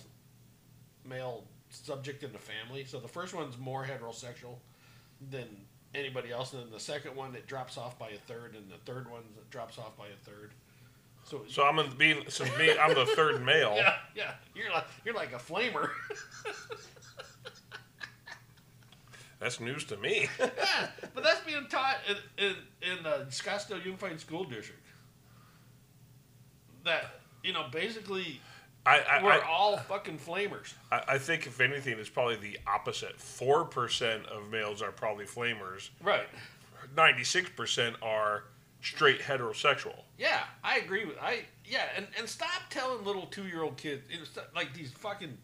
male subject in the family. So the first one's more heterosexual than anybody else, and then the second one it drops off by a third, and the third one it drops off by a third. So, So I'm gonna be. So me, I'm the third male. yeah, yeah, you're like you're like a flamer. That's news to me. yeah, but that's being taught in in, in the Scottsdale Unified School District. That you know, basically, I, I, we're I, all fucking flamers. I I think if anything, it's probably the opposite. Four percent of males are probably flamers. Right. Ninety-six percent are straight heterosexual. Yeah, I agree with I. Yeah, and, and stop telling little two year old kids you know, st- like these fucking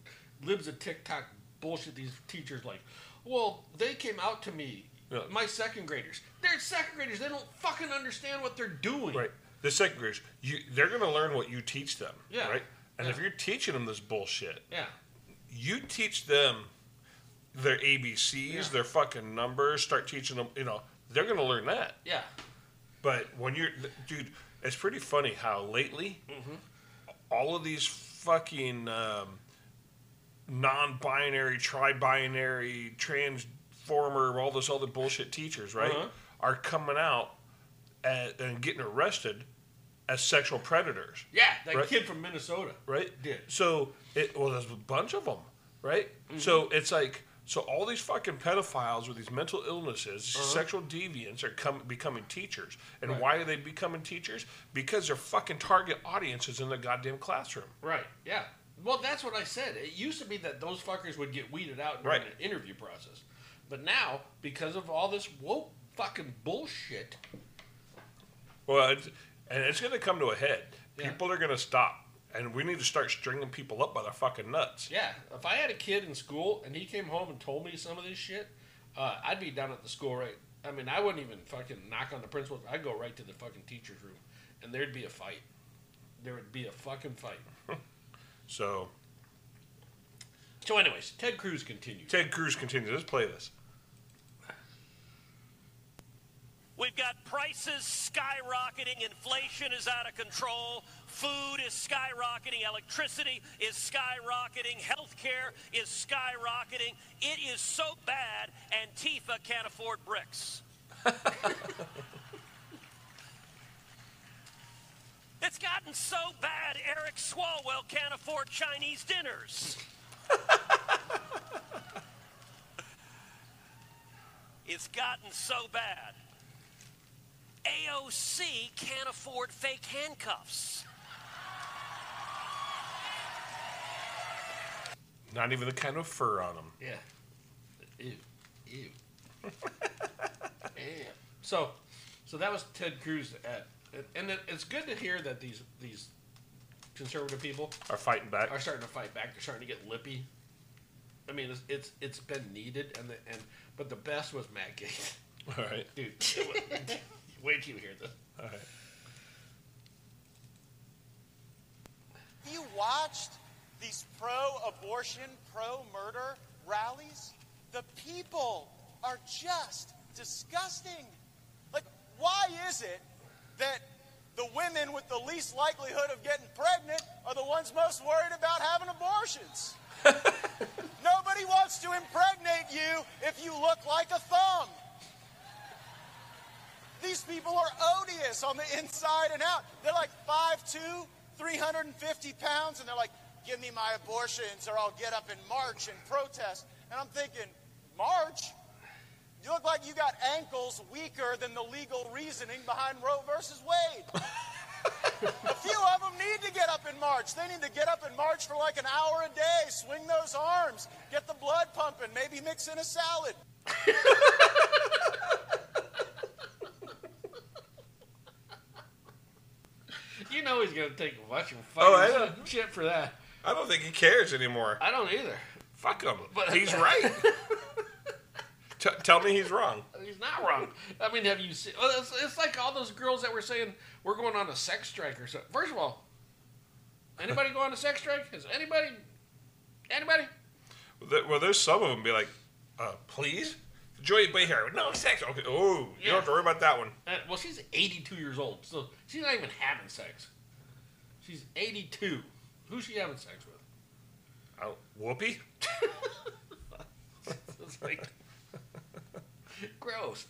libs of TikTok bullshit. These teachers like, well, they came out to me, Yeah. my second graders. They're second graders. They don't fucking understand what they're doing. Right. The second graders, you they're going to learn what you teach them. Yeah. Right. And if Yeah. you're teaching them this bullshit, Yeah. you teach them their ABCs, Yeah. their fucking numbers. Start teaching them. You know, they're going to learn that. Yeah. But when you're, dude, it's pretty funny how lately all of these fucking um, non-binary, tri-binary, transformer, all this other bullshit teachers, right, Uh-huh. are coming out at, and getting arrested as sexual predators, Yeah. That Right. kid from Minnesota. right? Did. So it well, there's a bunch of them, right? So it's like. So all these fucking pedophiles with these mental illnesses, sexual deviants are come, becoming teachers. And Right. why are they becoming teachers? Because their fucking target audience is in the goddamn classroom. Right. Yeah. Well, that's what I said. It used to be that those fuckers would get weeded out during Right. the interview process, but now because of all this woke fucking bullshit. Well, it's, and it's going to come to a head. Yeah. People are going to stop, and we need to start stringing people up by their fucking nuts. Yeah, if I had a kid in school and he came home and told me some of this shit, uh, I'd be down at the school right. I mean, I wouldn't even fucking knock on the principal's. I'd go right to the fucking teacher's room, and there'd be a fight. There would be a fucking fight. So So, anyways, Ted Cruz continues. Ted Cruz continues. Let's play this. We've got prices skyrocketing, inflation is out of control, food is skyrocketing, electricity is skyrocketing, healthcare is skyrocketing. It is so bad, Antifa can't afford bricks. it's gotten so bad, Eric Swalwell can't afford Chinese dinners. It's gotten so bad. AOC can't afford fake handcuffs. Not even the kind of fur on them. Yeah. Ew. Ew. Ew. So, so that was Ted Cruz at And, and it, it's good to hear that these these conservative people Are fighting back. Are starting to fight back. They're starting to get lippy. I mean, it's it's, it's been needed, and the, and but the best was Matt Gates. All right. dude. it wa- Wait till you hear this. All right. Have you watched these pro abortion, pro murder rallies? The people are just disgusting. Like, why is it that the women with the least likelihood of getting pregnant are the ones most worried about having abortions? Nobody wants to impregnate you if you look like a thumb. These people are odious on the inside and out. They're like 5'2, 350 pounds, and they're like, give me my abortions or I'll get up and march and protest. And I'm thinking, march? You look like you got ankles weaker than the legal reasoning behind Roe versus Wade. a few of them need to get up and march. They need to get up and march for like an hour a day, swing those arms, get the blood pumping, maybe mix in a salad. You know he's gonna take a bunch of Oh, I fucking shit for that. I don't think he cares anymore. I don't either. Fuck him. But- he's right. T- tell me he's wrong. He's not wrong. I mean, have you seen? Well, it's, it's like all those girls that were saying we're going on a sex strike or something. First of all, anybody go on a sex strike? Has anybody? Anybody? Th- Well, there's some of them be like, uh, please? Joy Behar. No sex. Okay. Oh, you don't have to worry about that one. Uh, well, she's 82 years old, so she's not even having sex. She's 82. Who's she having sex with? Oh, Whoopi? It's like gross.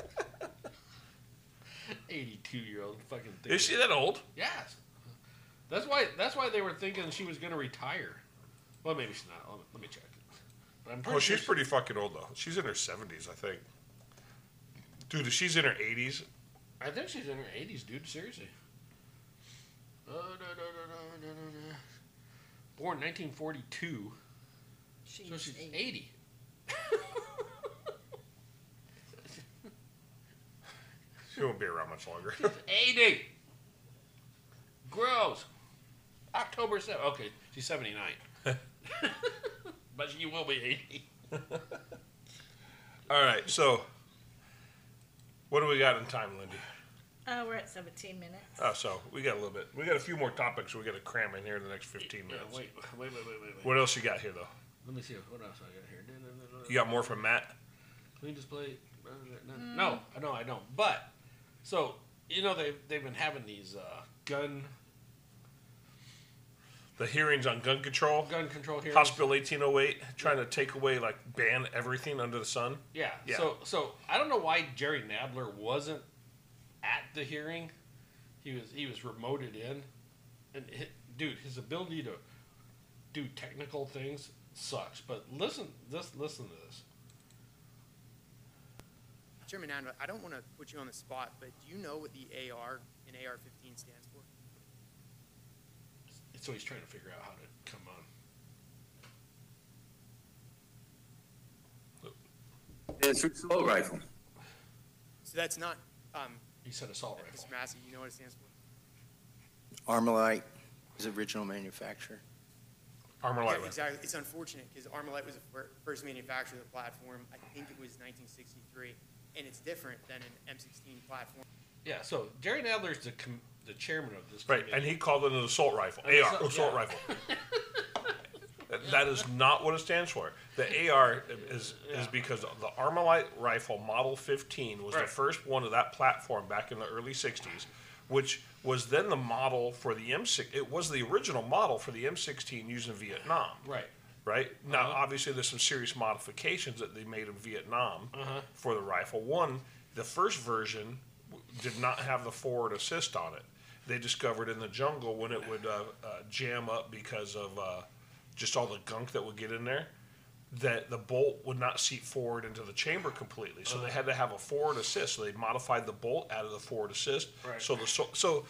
82 year old fucking thing. Is she that old? Yes. That's why. That's why they were thinking she was going to retire. Well, maybe she's not. Let me, let me check. But I'm pretty Oh, sure she's pretty fucking old, though. She's in her 70s, I think. Dude, if she's in her 80s, I think she's in her 80s, dude. Seriously. Oh, no, no, no, no, no, no, no. Born 1942. so she's 80. she won't be around much longer. 80. Gross. October 7th. Okay, she's 79. but she will be 80. All right, so what do we got in time, Lindy? Uh, we're at 17 minutes. Oh, so we got a little bit. We got a few more topics we got to cram in here in the next 15 Yeah, minutes. wait, wait, wait, wait, wait, wait. What else you got here, though? Let me see what else I got here. You got more from Matt? Clean display. No, I know, I know. But so you know they they've been having these uh, gun The hearings on gun control? Gun control hearings. House Bill 1808, trying to take away, like, ban everything under the sun? Yeah. Yeah. So so I don't know why Jerry Nadler wasn't at the hearing. He was he was remoted in, and hi dude, his ability to do technical things sucks. But listen, this listen to this. Chairman Adler, I don't want to put you on the spot, but do you know what the AR and AR-15 stands for? So he's trying to figure out how to come on. It's assault rifle. So that's not, um, He said assault rifle. Mr. Massey, you know what it stands for? Armalite is original manufacturer. Armalite. Yeah, exactly. It's unfortunate because Armalite was the fir- first manufacturer of the platform. I think it was 1963, and it's different than an M16 platform. Yeah. So Jerry Nadler's the com- the chairman of this. Right, and he called it an assault rifle. An AR, assault- assault yeah. rifle. That- that is not what it stands for. The AR is is because the Armalite rifle Model 15 was the Right. first one of that platform back in the early 60s, which was then the model for the M6. It was the original model for the M16 used in Vietnam. Right. Uh-huh. Right now, obviously, there's some serious modifications that they made in Vietnam Uh-huh. for the rifle. One, the first version w- did not have the forward assist on it. They discovered in the jungle when it would uh, uh, jam up because of uh, just all the gunk that would get in there, that the bolt would not seat forward into the chamber completely. Uh-huh. So they had to have a forward assist. So they modified the bolt out of the forward assist. Right. So the so, so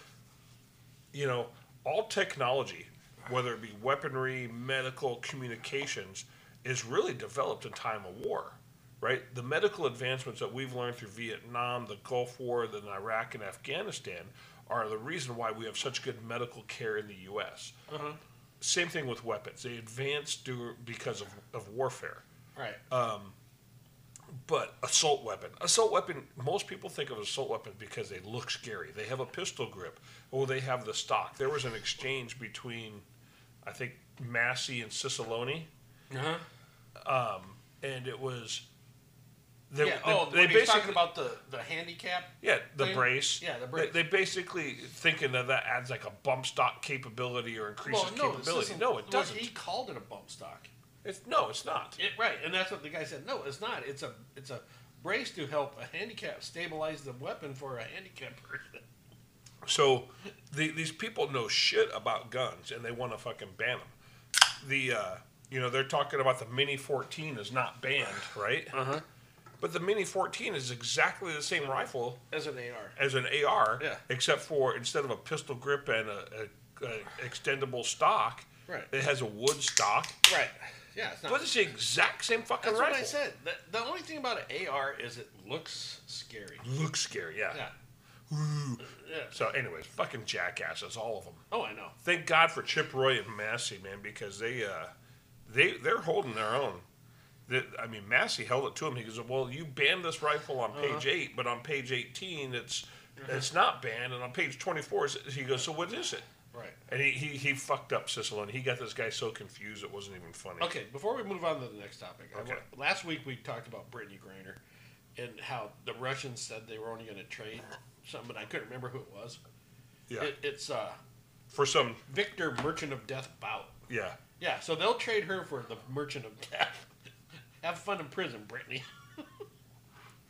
you know, all technology, whether it be weaponry, medical, communications, is really developed in time of war, right? The medical advancements that we've learned through Vietnam, the Gulf War, then Iraq and Afghanistan are the reason why we have such good medical care in the U.S. Uh-huh. Same thing with weapons; they advanced due, because of, of warfare. Right. Um, but assault weapon, assault weapon. Most people think of assault weapons because they look scary. They have a pistol grip, or they have the stock. There was an exchange between, I think, Massey and Cicilline. Uh-huh. Um, and it was. They, yeah. they- oh, they when he's talking basically- about the the handicap. yeah, the thing? brace. Yeah, the They- brace. They, basically thinking that that adds like a bump stock capability or increases well, no, this capability. isn't- No, well, it doesn't. He called it a bump stock. It's no, it's not. It, right, and that's what the guy said. No, it's not. It's a it's a brace to help a handicap stabilize the weapon for a handicapped person. So the, these people know shit about guns and they want to fucking ban them. The uh, you know they're talking about the Mini 14 is not banned, right? Uh huh. But the Mini 14 is exactly the same rifle as an AR. As an AR, Yeah. Except for instead of a pistol grip and a, a, a extendable stock, Right. It has a wood stock, Right. Yeah, it's not. But it's the exact same fucking That's rifle. what I said. The, the only thing about an AR is it looks scary. Looks scary, yeah. Ooh. Yeah. So, anyways, fucking jackasses, all of them. Oh, I know. Thank God for Chip Roy and Massey, man, because they uh, they they're holding their own. The- I mean, Massey held it to him. He goes, "Well, you banned this rifle on page Uh-huh. eight, but on page eighteen, it's it's not banned, and on page twenty-four, it's-" he goes, so what is it?" Right. And he he, he fucked up Cicilline. He got this guy so confused it wasn't even funny. Okay, before we move on to the next topic, I Okay. want- last week we talked about Brittany Griner and how the Russians said they were only going to trade something, but I couldn't remember who it was. Yeah. It, it's uh, for some Victor Merchant of Death bout. Yeah. Yeah, so they'll trade her for the Merchant of Death. Have fun in prison, Brittany.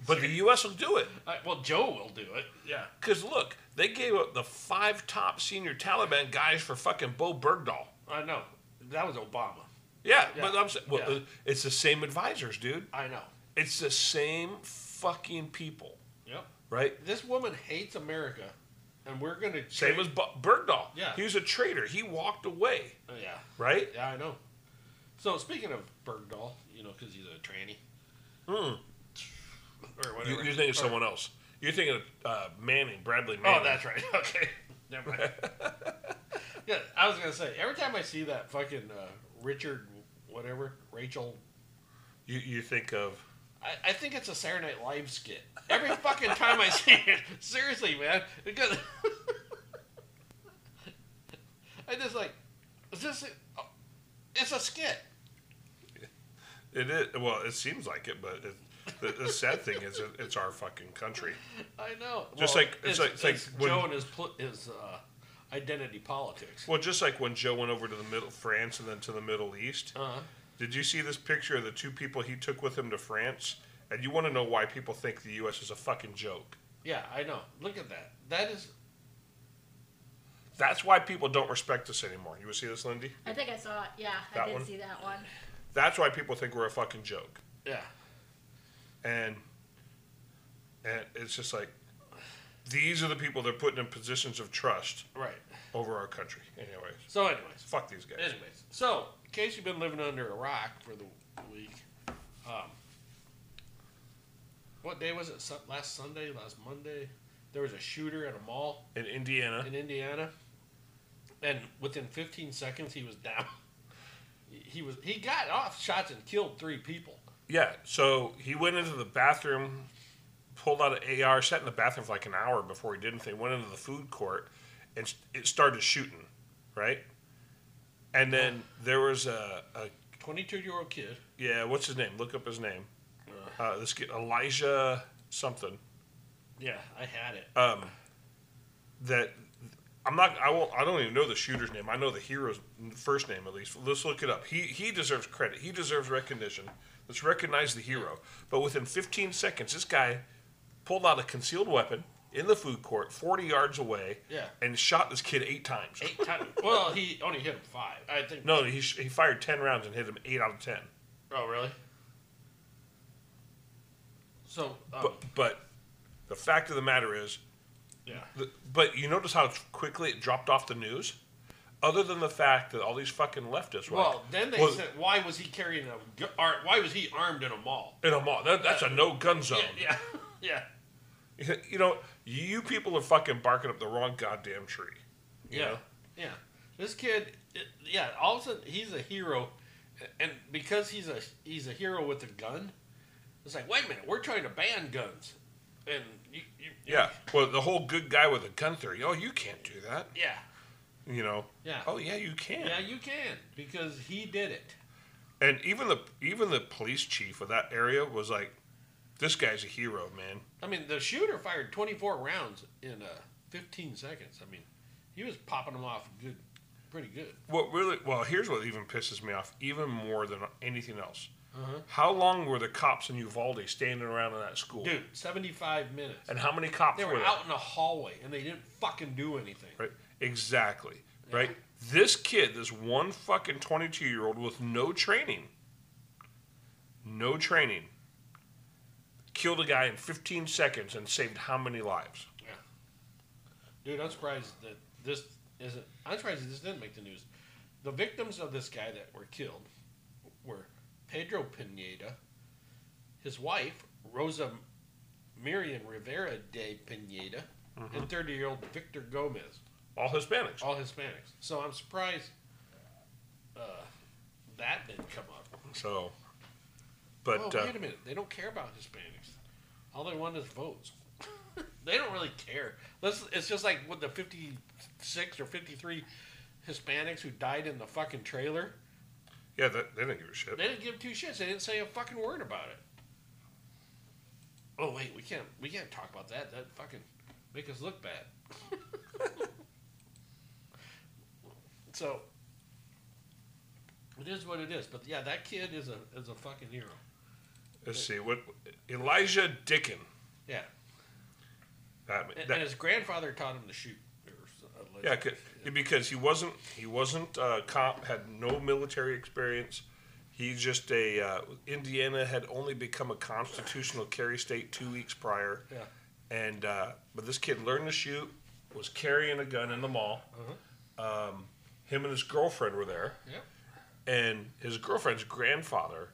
But the U.S. will do it. Uh, well, Joe will do it. Yeah. Because look, they gave up the five top senior Taliban guys for fucking Bo Bergdahl. I know. That was Obama. Yeah, Yeah. but I'm saying, well, uh, Yeah. it's the same advisors, dude. I know. It's the same fucking people, Yep. right? This woman hates America, and we're going to. Same as Bu- Bergdahl. Yeah. He was a traitor. He walked away, Yeah. right? Yeah, I know. So speaking of Bergdahl, you know, because he's a tranny Mm. or You, whatever. are thinking of Or- someone else. You're thinking of uh, Manning, Bradley Manning. Oh, that's right. Okay, never mind. yeah, I was gonna say every time I see that fucking uh, Richard, whatever Rachel, You, you think of I, I think it's a Saturday Night Live skit. Every fucking time I see it, seriously, man, because I just like, is this? oh, It's a skit. it. Is, well, it seems like it, but it, the, the sad thing is, it, it's our fucking country. I know. Just like- it's like- it's like when- Joe and his pl- his uh, identity politics. Well, just like when Joe went over to the middle France and then to the Middle East. Uh-huh. Did you see this picture of the two people he took with him to France? And you want to know why people think the U.S. is a fucking joke? Yeah, I know. Look at that. That is That's why people don't respect us anymore. You would see this, Lindy? I think I saw it. Yeah, That I did one? see that one. That's why people think we're a fucking joke. yeah. And and it's just like these are the people they're putting in positions of trust Right. over our country. Anyways, So, anyways, fuck these guys. Anyways, so in case you've been living under a rock for the week, um, what day was it? Sun- Last Sunday, last Monday, there was a shooter at a mall in Indiana. In Indiana, and within 15 seconds, he was down. He was he got off shots and killed three people. Yeah, so he went into the bathroom, pulled out an AR, sat in the bathroom for like an hour before he did anything, went into the food court, and s- it started shooting, right? And then there was a, a 22 year old kid. yeah, what's his name? Look up his name. Uh, this kid, Elijah something. Yeah, I had it. Um, that I'm not. I won't. I don't even know the shooter's name. I know the hero's first name at least. Let's look it up. He he deserves credit. He deserves recognition. Let's recognize the hero. But within 15 seconds, this guy pulled out a concealed weapon in the food court, 40 yards away, Yeah. and shot this kid eight times. Eight times. Well, he only hit him five. I think. No, he sh- he fired 10 rounds and hit him eight out of 10. Oh, really? So, um, but but the fact of the matter is, yeah. The, but you notice how quickly it dropped off the news. other than the fact that all these fucking leftists were Well, like, then they well, said, why was he carrying a gu- ar Why was he armed in a mall? in a mall. That, that's a no gun zone. Yeah, yeah, You know, you people are fucking barking up the wrong goddamn tree. You yeah, know? yeah. This kid, it- yeah. All of a sudden, he's a hero, and because he's a he's a hero with a gun, it's like, wait a minute, we're trying to ban guns, and you, you Yeah. Well, the whole good guy with a gun theory. Oh, you can't do that. yeah, You know. yeah. Oh yeah, you can. Yeah, you can because he did it. And even the even the police chief of that area was like, "This guy's a hero, man." I mean, the shooter fired 24 rounds in uh, 15 seconds. I mean, he was popping them off good, pretty good. What really? Well, here's what even pisses me off even more than anything else. Uh-huh. How long were the cops in Uvalde standing around in that school? Dude, 75 minutes. And how many cops They were were there? out in the hallway and they didn't fucking do anything. Right. Exactly. Right. This kid, this one fucking 22 year old with no training, no training, killed a guy in 15 seconds and saved how many lives? Yeah. Dude, I'm surprised that this isn't. I'm surprised that this didn't make the news. The victims of this guy that were killed were Pedro Pineda, his wife, Rosa Miriam Rivera de Pineda, and 30 year old Victor Gomez. All Hispanics. All Hispanics. So I'm surprised uh, that didn't come up. So, but oh, uh, wait a minute. They don't care about Hispanics. All they want is votes. they don't really care. Let's, it's just like with the 56 or 53 Hispanics who died in the fucking trailer. yeah, that, they didn't give a shit. They didn't give two shits. They didn't say a fucking word about it. Oh wait, we can't we can't talk about that. That fucking make us look bad. so it is what it is. But yeah, that kid is a is a fucking hero. Let's see what Elijah Dickin. Yeah. That, And, that- and his grandfather taught him to shoot. or uh, so- allegedly. yeah, 'cause- because he wasn't he wasn't uh, comp had no military experience. He's just a uh, Indiana had only become a constitutional carry state two weeks prior. Yeah. and uh, but this kid learned to shoot, was carrying a gun in the mall. Uh-huh. Um, him and his girlfriend were there, Yep. and his girlfriend's grandfather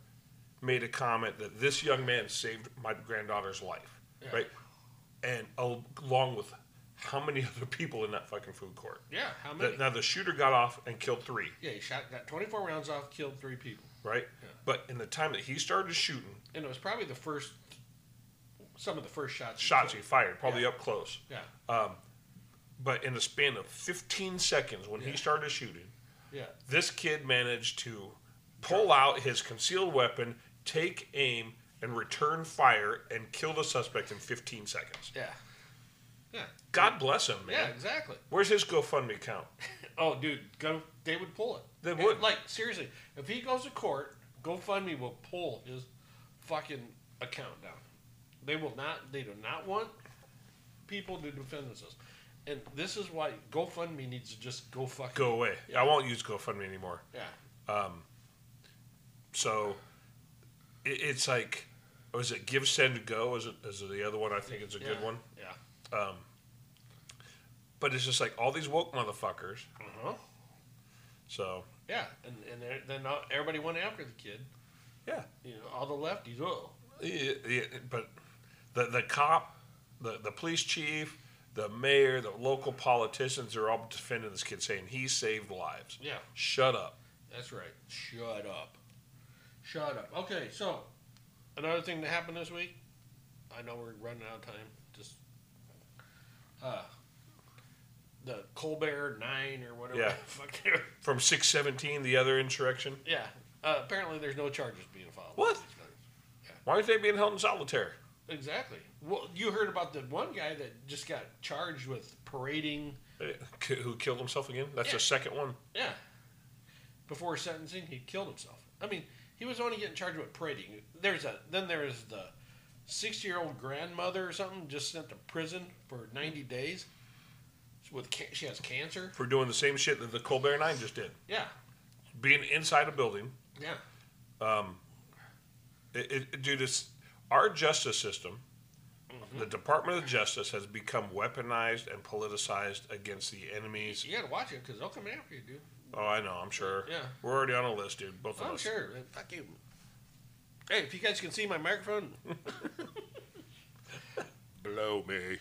made a comment that this young man saved my granddaughter's life, Yeah. right? And al- along with how many other people in that fucking food court? Yeah, how That- many? now the shooter got off and killed three, Yeah, he shot got twenty four rounds off, killed three people. right? But in the time that he started shooting, And it was probably the first some of the first shots. he shots he took. fired, probably Yeah. up close. Yeah. Um, but in the span of 15 seconds, when he Yeah. started shooting, Yeah. this kid managed to pull out his concealed weapon, take aim, and return fire, and kill the suspect in 15 seconds. Yeah. Yeah. God bless him, man. Yeah, exactly. Where's his GoFundMe account? Oh, dude, go. They would pull it. They And, would. Like seriously, if he goes to court, GoFundMe will pull his fucking account down. They will not. They do not want people to defend themselves. And this is why GoFundMe needs to just go fucking Go away. I won't use GoFundMe anymore. Yeah. Um, so it, it's like, was it Give, Send, Go? Is it, is it the other one I think is a good Yeah. one? Yeah. Um, but it's just like all these woke motherfuckers. Uh-huh. So Yeah. And and they're- then all- everybody went after the kid. Yeah. You know, all the lefties. Oh. Yeah, yeah, but the the cop, the, the police chief, the mayor, the local politicians are all defending this kid, saying he saved lives. Yeah. Shut up. That's right. Shut up. Shut up. Okay, so another thing that happened this week. I know we're running out of time. Just uh, the Colbert Nine or whatever. Yeah. the Fuck they were- From six seventeen, the other insurrection. yeah. Uh, apparently, there's no charges being filed. What? Why aren't they being held in solitary? Exactly. Well, you heard about the one guy that just got charged with parading. Uh, k- Who killed himself again? That's Yeah. the second one. Yeah. Before sentencing, he killed himself. I mean, he was only getting charged with parading. There's a then there is the sixty-year-old grandmother or something just sent to prison for ninety days. With ca- she has cancer. For doing the same shit that the Colbert Nine just did, Yeah. being inside a building. Yeah. Um, it, it, dude, it's our justice system Mm-hmm. The Department of Justice has become weaponized and politicized against the enemies. You gotta watch it because they'll come after you, dude. Oh, I know. I'm sure. Yeah. We're already on a list, dude. Both of I'm us. sure. man, Oh, Fuck you. Hey, if you guys can see my microphone, Blow me.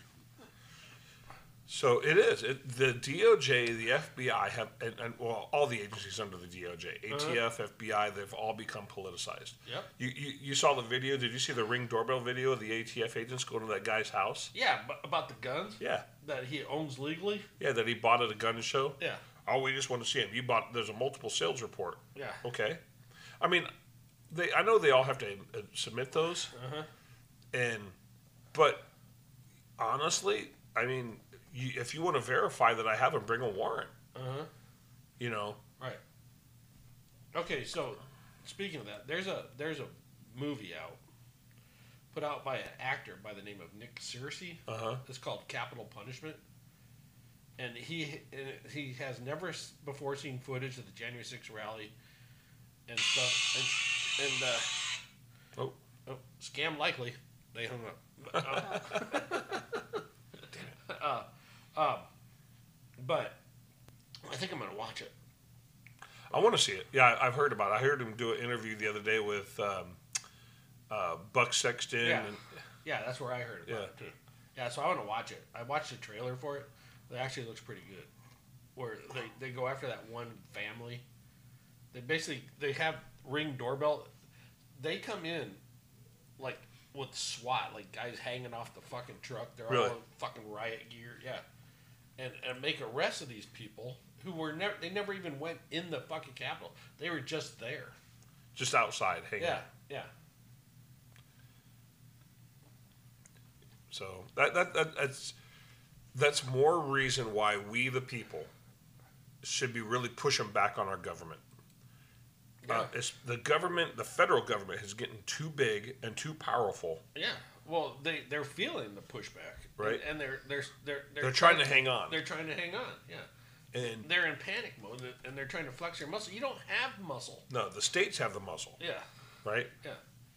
So it is. It, the DOJ, the FBI have, and, and well, all the agencies under the DOJ, ATF, FBI, they've all become politicized. Uh-huh. Yep. You, you you saw the video? Did you see the ring doorbell video of the ATF agents going to that guy's house? yeah, but about the guns Yeah. that he owns legally. Yeah, that he bought at a gun show. Yeah. Oh, we just want to see him. You bought. There's a multiple sales report. Yeah. Okay. I mean, they. I know they all have to uh, submit those. Uh-huh. And, but honestly, I mean, you, if you want to verify that I have them, bring a warrant. Uh-huh. You know. Right. Okay, so speaking of that, there's a there's a movie out put out by an actor by the name of Nick Searcy. Uh-huh. It's called Capital Punishment. And he and he has never s- before seen footage of the January 6th rally and stuff and and uh Oh. scam likely they hung up. Uh, um, but I think I'm gonna watch it. I want to see it. Yeah, I- I've heard about. it. I heard him do an interview the other day with um, uh, Buck Sexton. Yeah. And, Yeah, that's where I heard about Yeah. it too. Yeah, so I want to watch it. I watched the trailer for it. It actually looks pretty good. Where they, they go after that one family. They basically they have ring doorbell. They come in like with SWAT, like guys hanging off the fucking truck. They're Really? all in fucking riot gear. Yeah. And, and make arrests of these people who were never they never even went in the fucking Capitol. They were just there. just outside hanging. Yeah, yeah. So that, that, that that's that's more reason why we the people should be really pushing back on our government. Uh, it's the government, the federal government, is getting too big and too powerful. Yeah. Well, they they're feeling the pushback, Right. And, and they're, they're they're they're They're trying to hang on. They're trying to hang on. Yeah. And- they're in panic mode, and- and they're trying to flex their muscle. You don't have muscle. No, the states have the muscle, Yeah. right? Yeah.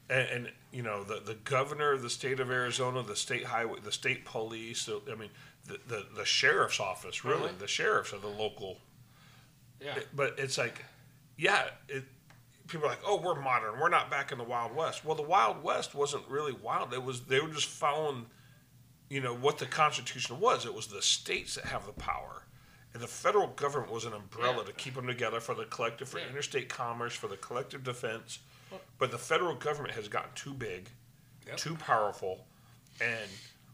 And, and you know the, the governor of the state of Arizona, the state highway, the state police. The, I mean, the, the, the sheriff's office, really, Uh-huh. the sheriffs are the local Yeah. It- but it's like, yeah, it, people are like, oh, we're modern. We're not back in the Wild West. Well, the Wild West wasn't really wild. It was they were just following, you know, what the Constitution was. It was the states that have the power, and the federal government was an umbrella Yeah. to keep them together for the collective, for Yeah. interstate commerce, for the collective defense. Well- But the federal government has gotten too big, Yep. too powerful, and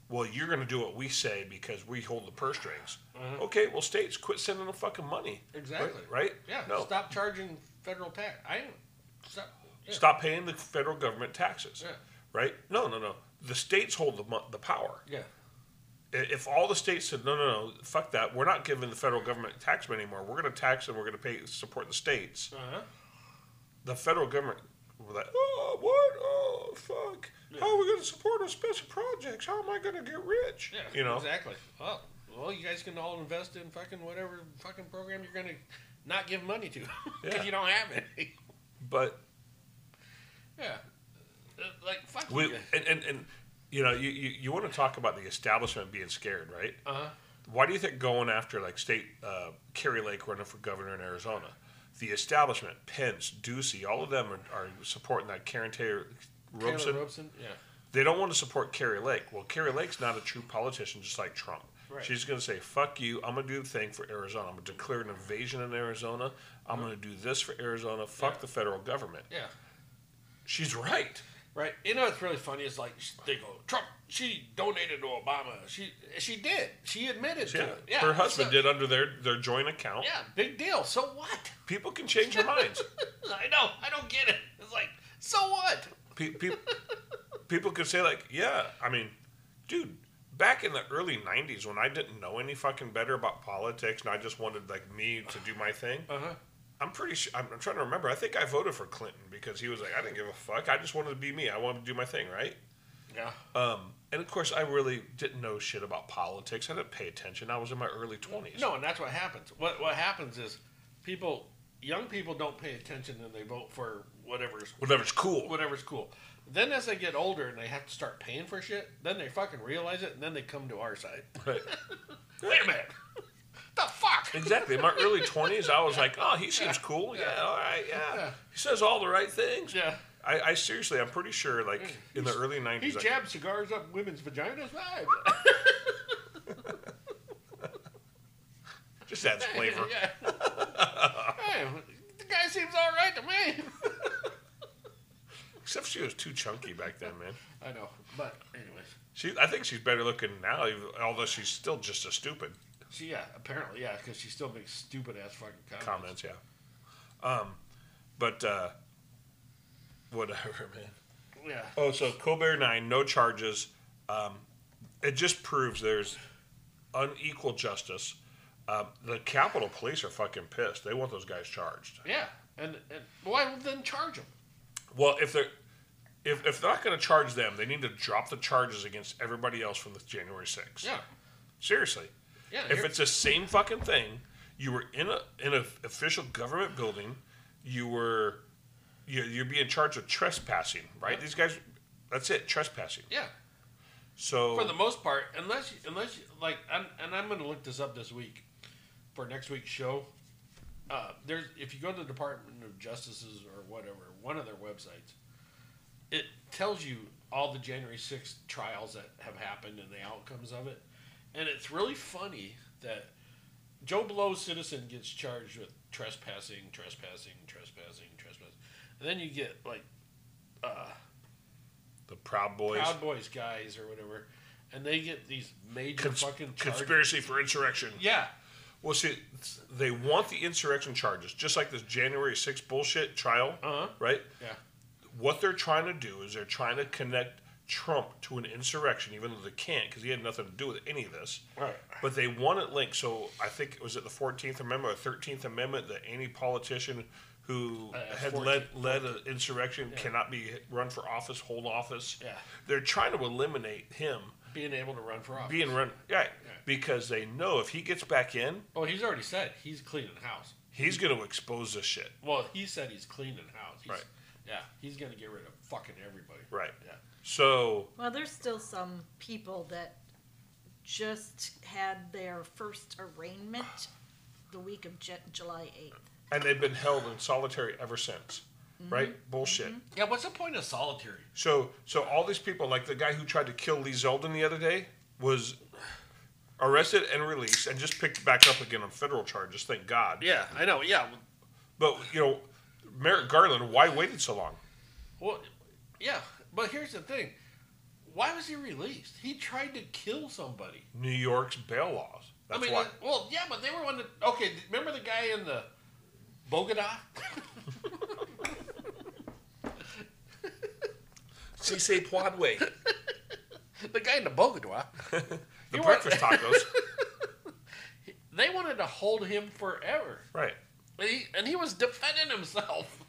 well, you're going to do what we say because we hold the purse strings. Uh-huh. Okay, well, states quit sending them fucking money. Exactly. Right? Yeah. No. Stop, Stop charging federal tax. I don't. Stop. Yeah. paying the federal government taxes. Yeah. Right? No, no, no. The states hold the, mo- the power. Yeah. I- If all the states said, no, no, no, fuck that, we're not giving the federal government tax money anymore. We're going to tax and we're going to pay support the states. Uh-huh. The federal government were like, oh, what? Oh, fuck. How are we going to support our special projects? How am I going to get rich? Yeah. You know? Exactly. Well, well, you guys can all invest in fucking whatever fucking program you're gonna not give money to because Yeah. you don't have any. But yeah. Uh, Like fuck we, you. guys. and, and, and, you know, you, you, you want to talk about the establishment being scared, right? Uh-huh. Why do you think going after like state uh, Kerry Lake running for governor in Arizona, the establishment, Pence, Ducey, all of them are, are supporting that Karen Taylor Taylor Robeson? Robeson. Yeah. They don't want to support Kerry Lake. Well, Kerry Lake's not a true politician, just like Trump. Right. She's going to say, "Fuck you! I'm going to do the thing for Arizona. I'm going to declare an invasion in Arizona. I'm going to do this for Arizona. Fuck the federal government." Yeah. She's right. Right. You know what's really funny is like sh- they go Trump. She donated to Obama. She she did. She admitted Yeah. to it. Yeah. Her husband so- did under their their joint account. Yeah. Big deal. So what? People can change their minds. I know. I don't get it. It's like so what? Pe- pe- people could say like, yeah, I mean, dude, back in the early '90s when I didn't know any fucking better about politics and I just wanted like me to do my thing. Uh-huh. I'm pretty sure. I'm, I'm trying to remember. I think I voted for Clinton because he was like, I didn't give a fuck. I just wanted to be me. I wanted to do my thing, right? Yeah. Um, and of course, I really didn't know shit about politics. I didn't pay attention. I was in my early 20s. No, and that's what happens. What what happens is people, young people, don't pay attention and they vote for whatever's Whatever's cool. whatever's cool. Then as they get older and they have to start paying for shit, then they fucking realize it, and then they come to our side. Right. Wait a minute. the fuck? Exactly. In my early 20s, I was like, oh, he seems cool. Yeah, all right, yeah. Yeah. He says all the right things. Yeah. I, I seriously, I'm pretty sure, like, in the early 90s. He I- jabs cigars up women's vaginas. Ah, just adds flavor. Yeah. hey, the guy seems all right to me. Except she was too chunky back then, man. I know, but anyways, She, I think she's better looking now, even- although she's still just a stupid she yeah, apparently yeah, because she still makes stupid ass fucking comments. comments, yeah. Um, but uh, whatever, man. Yeah. Oh, so Colbert nine, no charges. Um, it just proves there's unequal justice. Um, the Capitol Police are fucking pissed. They want those guys charged. Yeah, and, and why then charge him? Well, if they're if, if they're not going to charge them, they need to drop the charges against everybody else from the January 6th. Yeah. Seriously. Yeah, If here- it's the same fucking thing, you were in a in an official government building, you were you you're being charged with trespassing, right? These guys, that's it, trespassing. Yeah. So For the most part, unless you- unless you, like, I'm, and I'm going to look this up this week for next week's show. Uh, there's if you go to the Department of Justice's or whatever one of their websites, it tells you all the January 6th trials that have happened and the outcomes of it, and it's really funny that Joe Blow citizen gets charged with trespassing, trespassing, trespassing, trespassing, and then you get like. Uh, the Proud Boys Proud Boys guys or whatever, and they get these major Cons- fucking charges. conspiracy for insurrection. Yeah. Well, see, it's- they want the insurrection charges, just like this January 6th bullshit trial, Uh-huh. right? Yeah. What they're trying to do is they're trying to connect Trump to an insurrection, even though they can't, because he had nothing to do with any of this. Right. But they want it linked. So I think it was it the Fourteenth Amendment or Thirteenth Amendment that any politician who Uh, had 14th, led led an insurrection Yeah. cannot be run for office, hold office. Yeah. They're trying to eliminate him Being able to run for office. being run right because they know if he gets back in, Oh, he's already said he's cleaning house. he's Mm-hmm. going to expose this shit. Well, he said he's cleaning house. He's, Right. Yeah, he's gonna get rid of fucking everybody. Right. Yeah. So Well, there's still some people that just had their first arraignment the week of Ju- July 8th. and they've been held in solitary ever since. Right? Bullshit. Yeah. What's the point of solitary? So so all these people, like the guy who tried to kill Lee Zeldin the other day, was arrested and released and just picked back up again on federal charges, thank God. Yeah, I know. Yeah. But you know, Merrick Garland, why waited so long? Well, yeah. But here's the thing. Why was he released? He tried to kill somebody. New York's bail laws. That's I mean, why. uh, well, yeah, but they were one. That, okay, remember the guy in the Bogota? Cisse Poadway. the guy in the Bogota. The You weren't- breakfast tacos. They wanted to hold him forever. right. And he, and he was defending himself.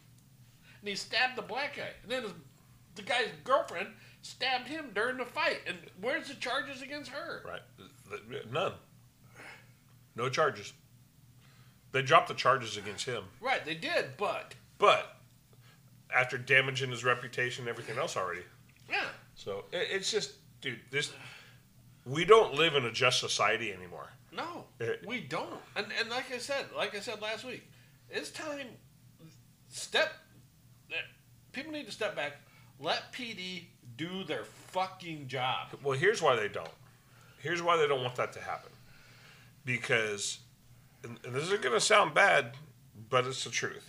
And he stabbed the black guy. And then his, the guy's girlfriend stabbed him during the fight. And where's the charges against her? Right. Th- th- None. No charges. They dropped the charges against him. Right, they did, but. But after damaging his reputation and everything else already. Yeah. So it, it's just, dude, this. We don't live in a just society anymore. No, Eh. we don't. And, and like I said, like I said last week, it's time. Step. that- People need to step back. Let PD do their fucking job. Well, here's why they don't. Here's why they don't want that to happen. Because, and, and this is going to sound bad, but it's the truth.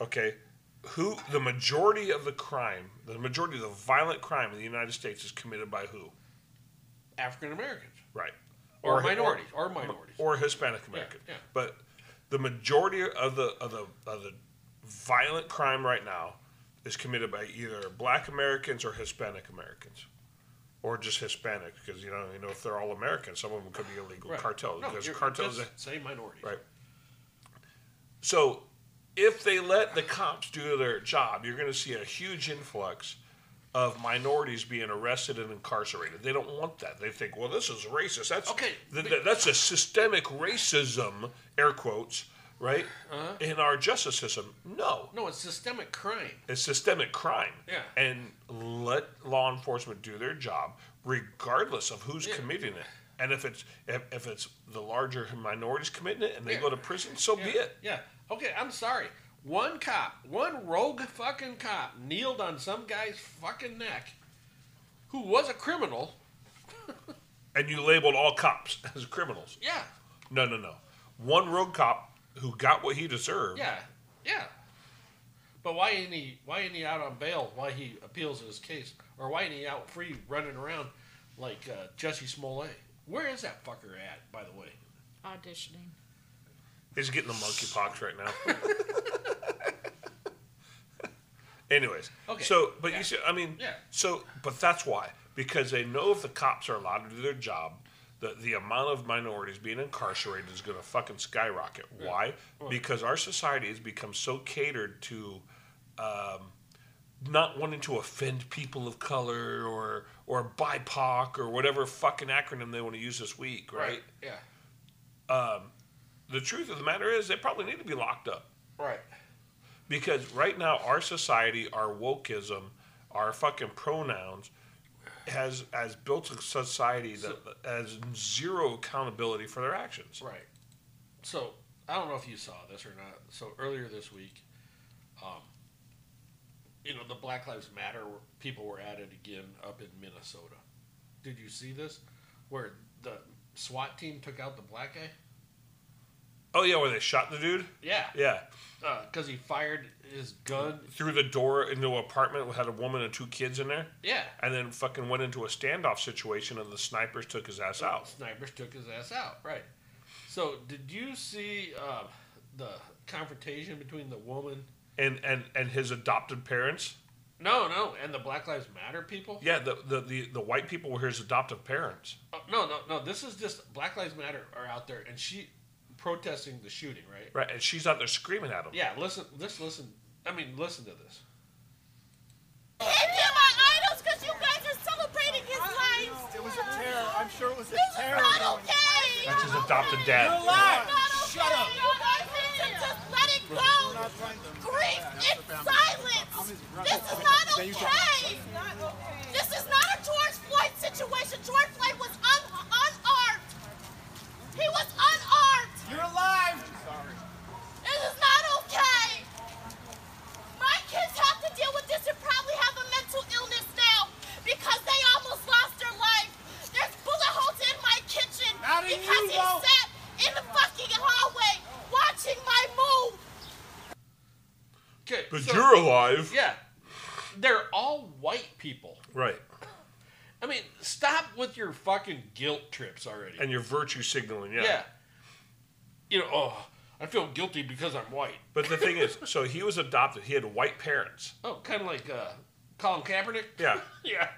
Okay, who the majority of the crime, the majority of the violent crime in the United States is committed by who? African Americans Right. or, hi- minorities or minorities. or Hispanic American. yeah. But the majority of the of the of the violent crime right now is committed by either Black Americans or Hispanic Americans, or just Hispanic because you know you know if they're all American, some of them could be illegal Right. cartels No, because you're- cartels just say minorities. right. So if they let the cops do their job, you're going to see a huge influx of minorities being arrested and incarcerated. They don't want that. They think, well, this is racist. That's Okay, th- but- th- that's a systemic racism, air quotes, right? In our justice system, no. No, it's systemic crime. It's systemic crime. Yeah. And let law enforcement do their job regardless of who's committing it. And if it's if, if it's the larger minorities committing it and they go to prison, so be it. Yeah. Okay, I'm sorry. One cop, one rogue fucking cop, kneeled on some guy's fucking neck, who was a criminal. And you labeled all cops as criminals. Yeah. No, no, no. One rogue cop who got what he deserved. Yeah. Yeah. But why ain't he? Why ain't he out on bail? Why he appeals his case, or why ain't he out free running around like uh, Jesse Smollett? Where is that fucker at, by the way? Auditioning. He's getting the monkey pox right now. Anyways, Okay, so but yeah. you see, I mean, Yeah. so but that's why because they know if the cops are allowed to do their job, the the amount of minorities being incarcerated is going to fucking skyrocket. Why? Why? Because our society has become so catered to. Um, not wanting to offend people of color or or BIPOC or whatever fucking acronym they want to use this week, right? Yeah. Um, the truth of the matter is, they probably need to be locked up Right. because right now our society, our wokeism, our fucking pronouns has has built a society that has zero accountability for their actions. Right. So I don't know if you saw this or not. So earlier this week, um, you know the Black Lives Matter people were at it again up in Minnesota. Did you see this? Where the SWAT team took out the black guy? Oh yeah, where they shot the dude? Yeah. Yeah. Because Uh, he fired his gun. Through the door into an apartment had a woman and two kids in there. Yeah. And then fucking went into a standoff situation and the snipers took his ass out. Snipers took his ass out. Right. So did you see uh, the confrontation between the woman? And and and his adopted parents? No, no, and the Black Lives Matter people. Yeah, the the, the, the white people were his adoptive parents. Uh, no, no, no. This is just Black Lives Matter are out there, and she protesting the shooting, right? Right. And she's out there screaming at him. Yeah. Listen. This. Listen. I mean, listen to this. If you're my idols, because you guys are celebrating his life. It was a terror. I'm sure it was a terror. This is not okay. That's his adopted dad. You're lying. Shut up. You guys need to just let it go. Grief in silence. This is not okay. This is not a George Floyd situation. George Floyd was un- unarmed. He was unarmed. You're alive. This is not okay. My kids have to deal with this and probably have a mental illness now because they almost lost their life. There's bullet holes in my kitchen because he sat in the fucking hallway watching my move. Okay. But you're alive. Yeah. They're all white people. Right. I mean, stop with your fucking guilt trips already. And your virtue signaling, yeah. Yeah. You know, oh, I feel guilty because I'm white. But the thing is, so he was adopted. He had white parents. Oh, kind of like uh, Colin Kaepernick. Yeah. Yeah.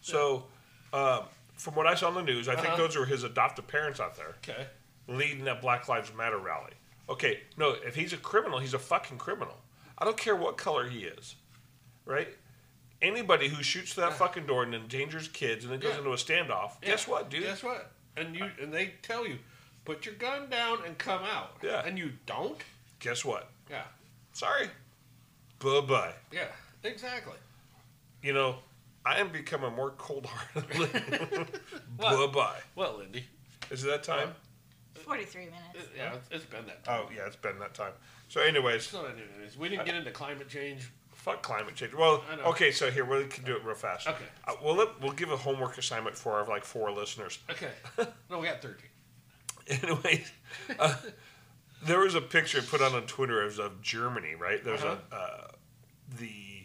So, um, from what I saw on the news, I think Uh-huh. those were his adoptive parents out there. Okay. Leading that Black Lives Matter rally. Okay, no, if he's a criminal, he's a fucking criminal. I don't care what color he is, right? Anybody who shoots through that fucking door and endangers kids and then goes Yeah. into a standoff, guess what, dude? Guess what? And you and they tell you, put your gun down and come out. Yeah. And you don't. Guess what? Yeah. Sorry. Bye bye. Yeah. Exactly. You know, I am becoming more cold hearted. bye What? bye. Well, Lindy. Is it that Oh. time? Forty-three minutes. Yeah, it's- it's been that. Oh yeah, it's been that time. So, anyways, It's not an internet. We didn't get into climate change. fuck climate change. Well, I know. okay, so here we can do it real fast. Okay. uh, we'll let, we'll give a homework assignment for our like four listeners. Okay. No, we got 13. Anyways, uh, there was a picture put on on Twitter of, of Germany. Right, there's Uh-huh. a uh, the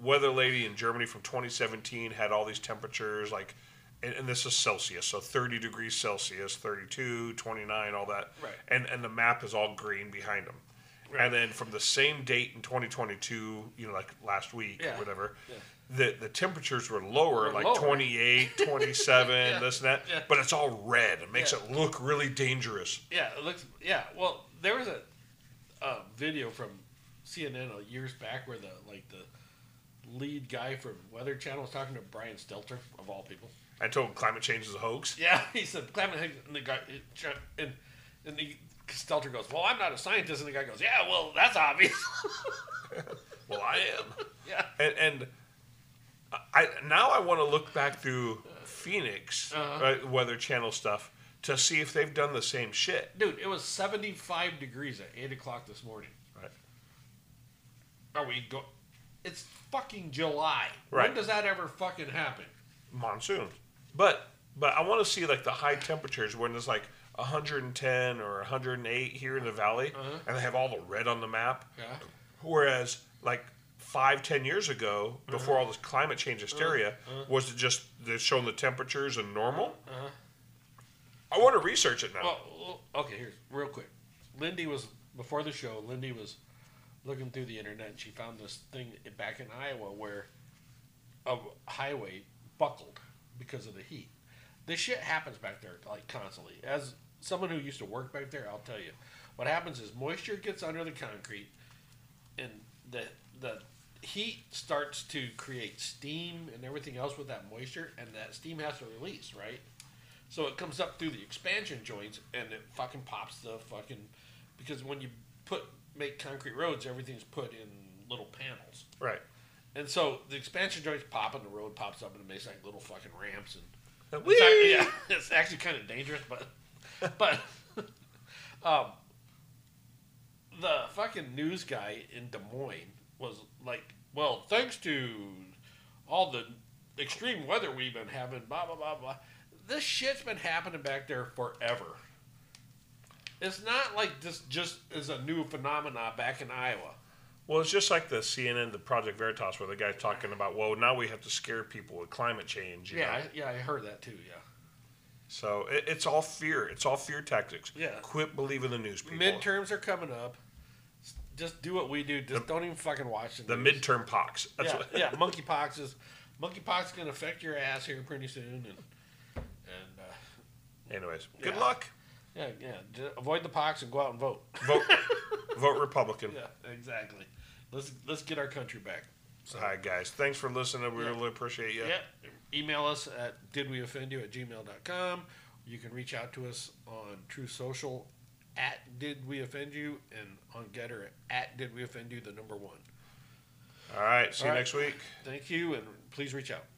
weather lady in Germany from 2017 had all these temperatures like. And, and this is Celsius, so 30 degrees Celsius, 32, 29, all that. Right. And and the map is all green behind them. And then from the same date in 2022, you know, like last week Yeah. or whatever, Yeah. the the temperatures were lower, Were like lower. 28, 27, Yeah. this and that. Yeah. But it's all red. It makes Yeah. it look really dangerous. Yeah, it looks. Yeah, well, there was a, a video from CNN uh, years back where the like the lead guy from Weather Channel was talking to Brian Stelter of all people. I told him climate change is a hoax. Yeah, he said climate change, and the guy and, and the Stelter goes, "Well, I'm not a scientist," and the guy goes, "Yeah, well, that's obvious." well, I am. Yeah. And, and I now I want to look back through Phoenix Uh-huh. right, Weather Channel stuff to see if they've done the same shit. Dude, it was 75 degrees at 8 o'clock this morning. Right. Are we go? It's fucking July. Right. When does that ever fucking happen? Monsoon. But but I want to see like the high temperatures when it's like 110 or 108 here in the valley, Uh-huh. and they have all the red on the map. Yeah. Whereas like five ten years ago, before Uh-huh. all this climate change hysteria, Uh-huh. was it just they're showing the temperatures and normal? Uh-huh. I want to research it now. Well, well, okay, here's real quick. Lindy was before the show. Lindy was looking through the internet, and she found this thing back in Iowa where a highway buckled because of the heat. This shit happens back there like constantly. As someone who used to work back there, I'll tell you, what happens is moisture gets under the concrete, and the the heat starts to create steam and everything else with that moisture, and that steam has to release, right? So it comes up through the expansion joints and it fucking pops the fucking because when you put make concrete roads, everything's put in little panels. Right. And so the expansion joints pop and the road pops up and it makes like little fucking ramps and Whee! It's ac- yeah, it's actually kind of dangerous, but but um, the fucking news guy in Des Moines was like, well, thanks to all the extreme weather we've been having, blah blah blah blah. This shit's been happening back there forever. It's not like this just is a new phenomena back in Iowa. Well, it's just like the CNN, the Project Veritas, where the guy's talking about, well, now we have to scare people with climate change. you Yeah, know? I, yeah, I heard that too. Yeah, So it, it's all fear. It's all fear tactics. Yeah. Quit believing the news people. midterms are coming up. S- Just do what we do. Just don't even fucking watch the news. midterm pox. That's yeah, what, yeah, monkeypox is monkeypox is gonna affect your ass here pretty soon, and and uh, Anyways, good Yeah. luck. yeah, yeah, j- avoid the pox and go out and vote. Vote, vote Republican. Yeah, exactly. Let's let's get our country back. So, hi guys, thanks for listening. We Yeah. really appreciate you. Yeah. Email us at didweoffendyou at gmail.com. You can reach out to us on True Social at Did We Offend You and on Getter at Did We Offend You, the number one. All right. See All you right. next week. Thank you, and please reach out.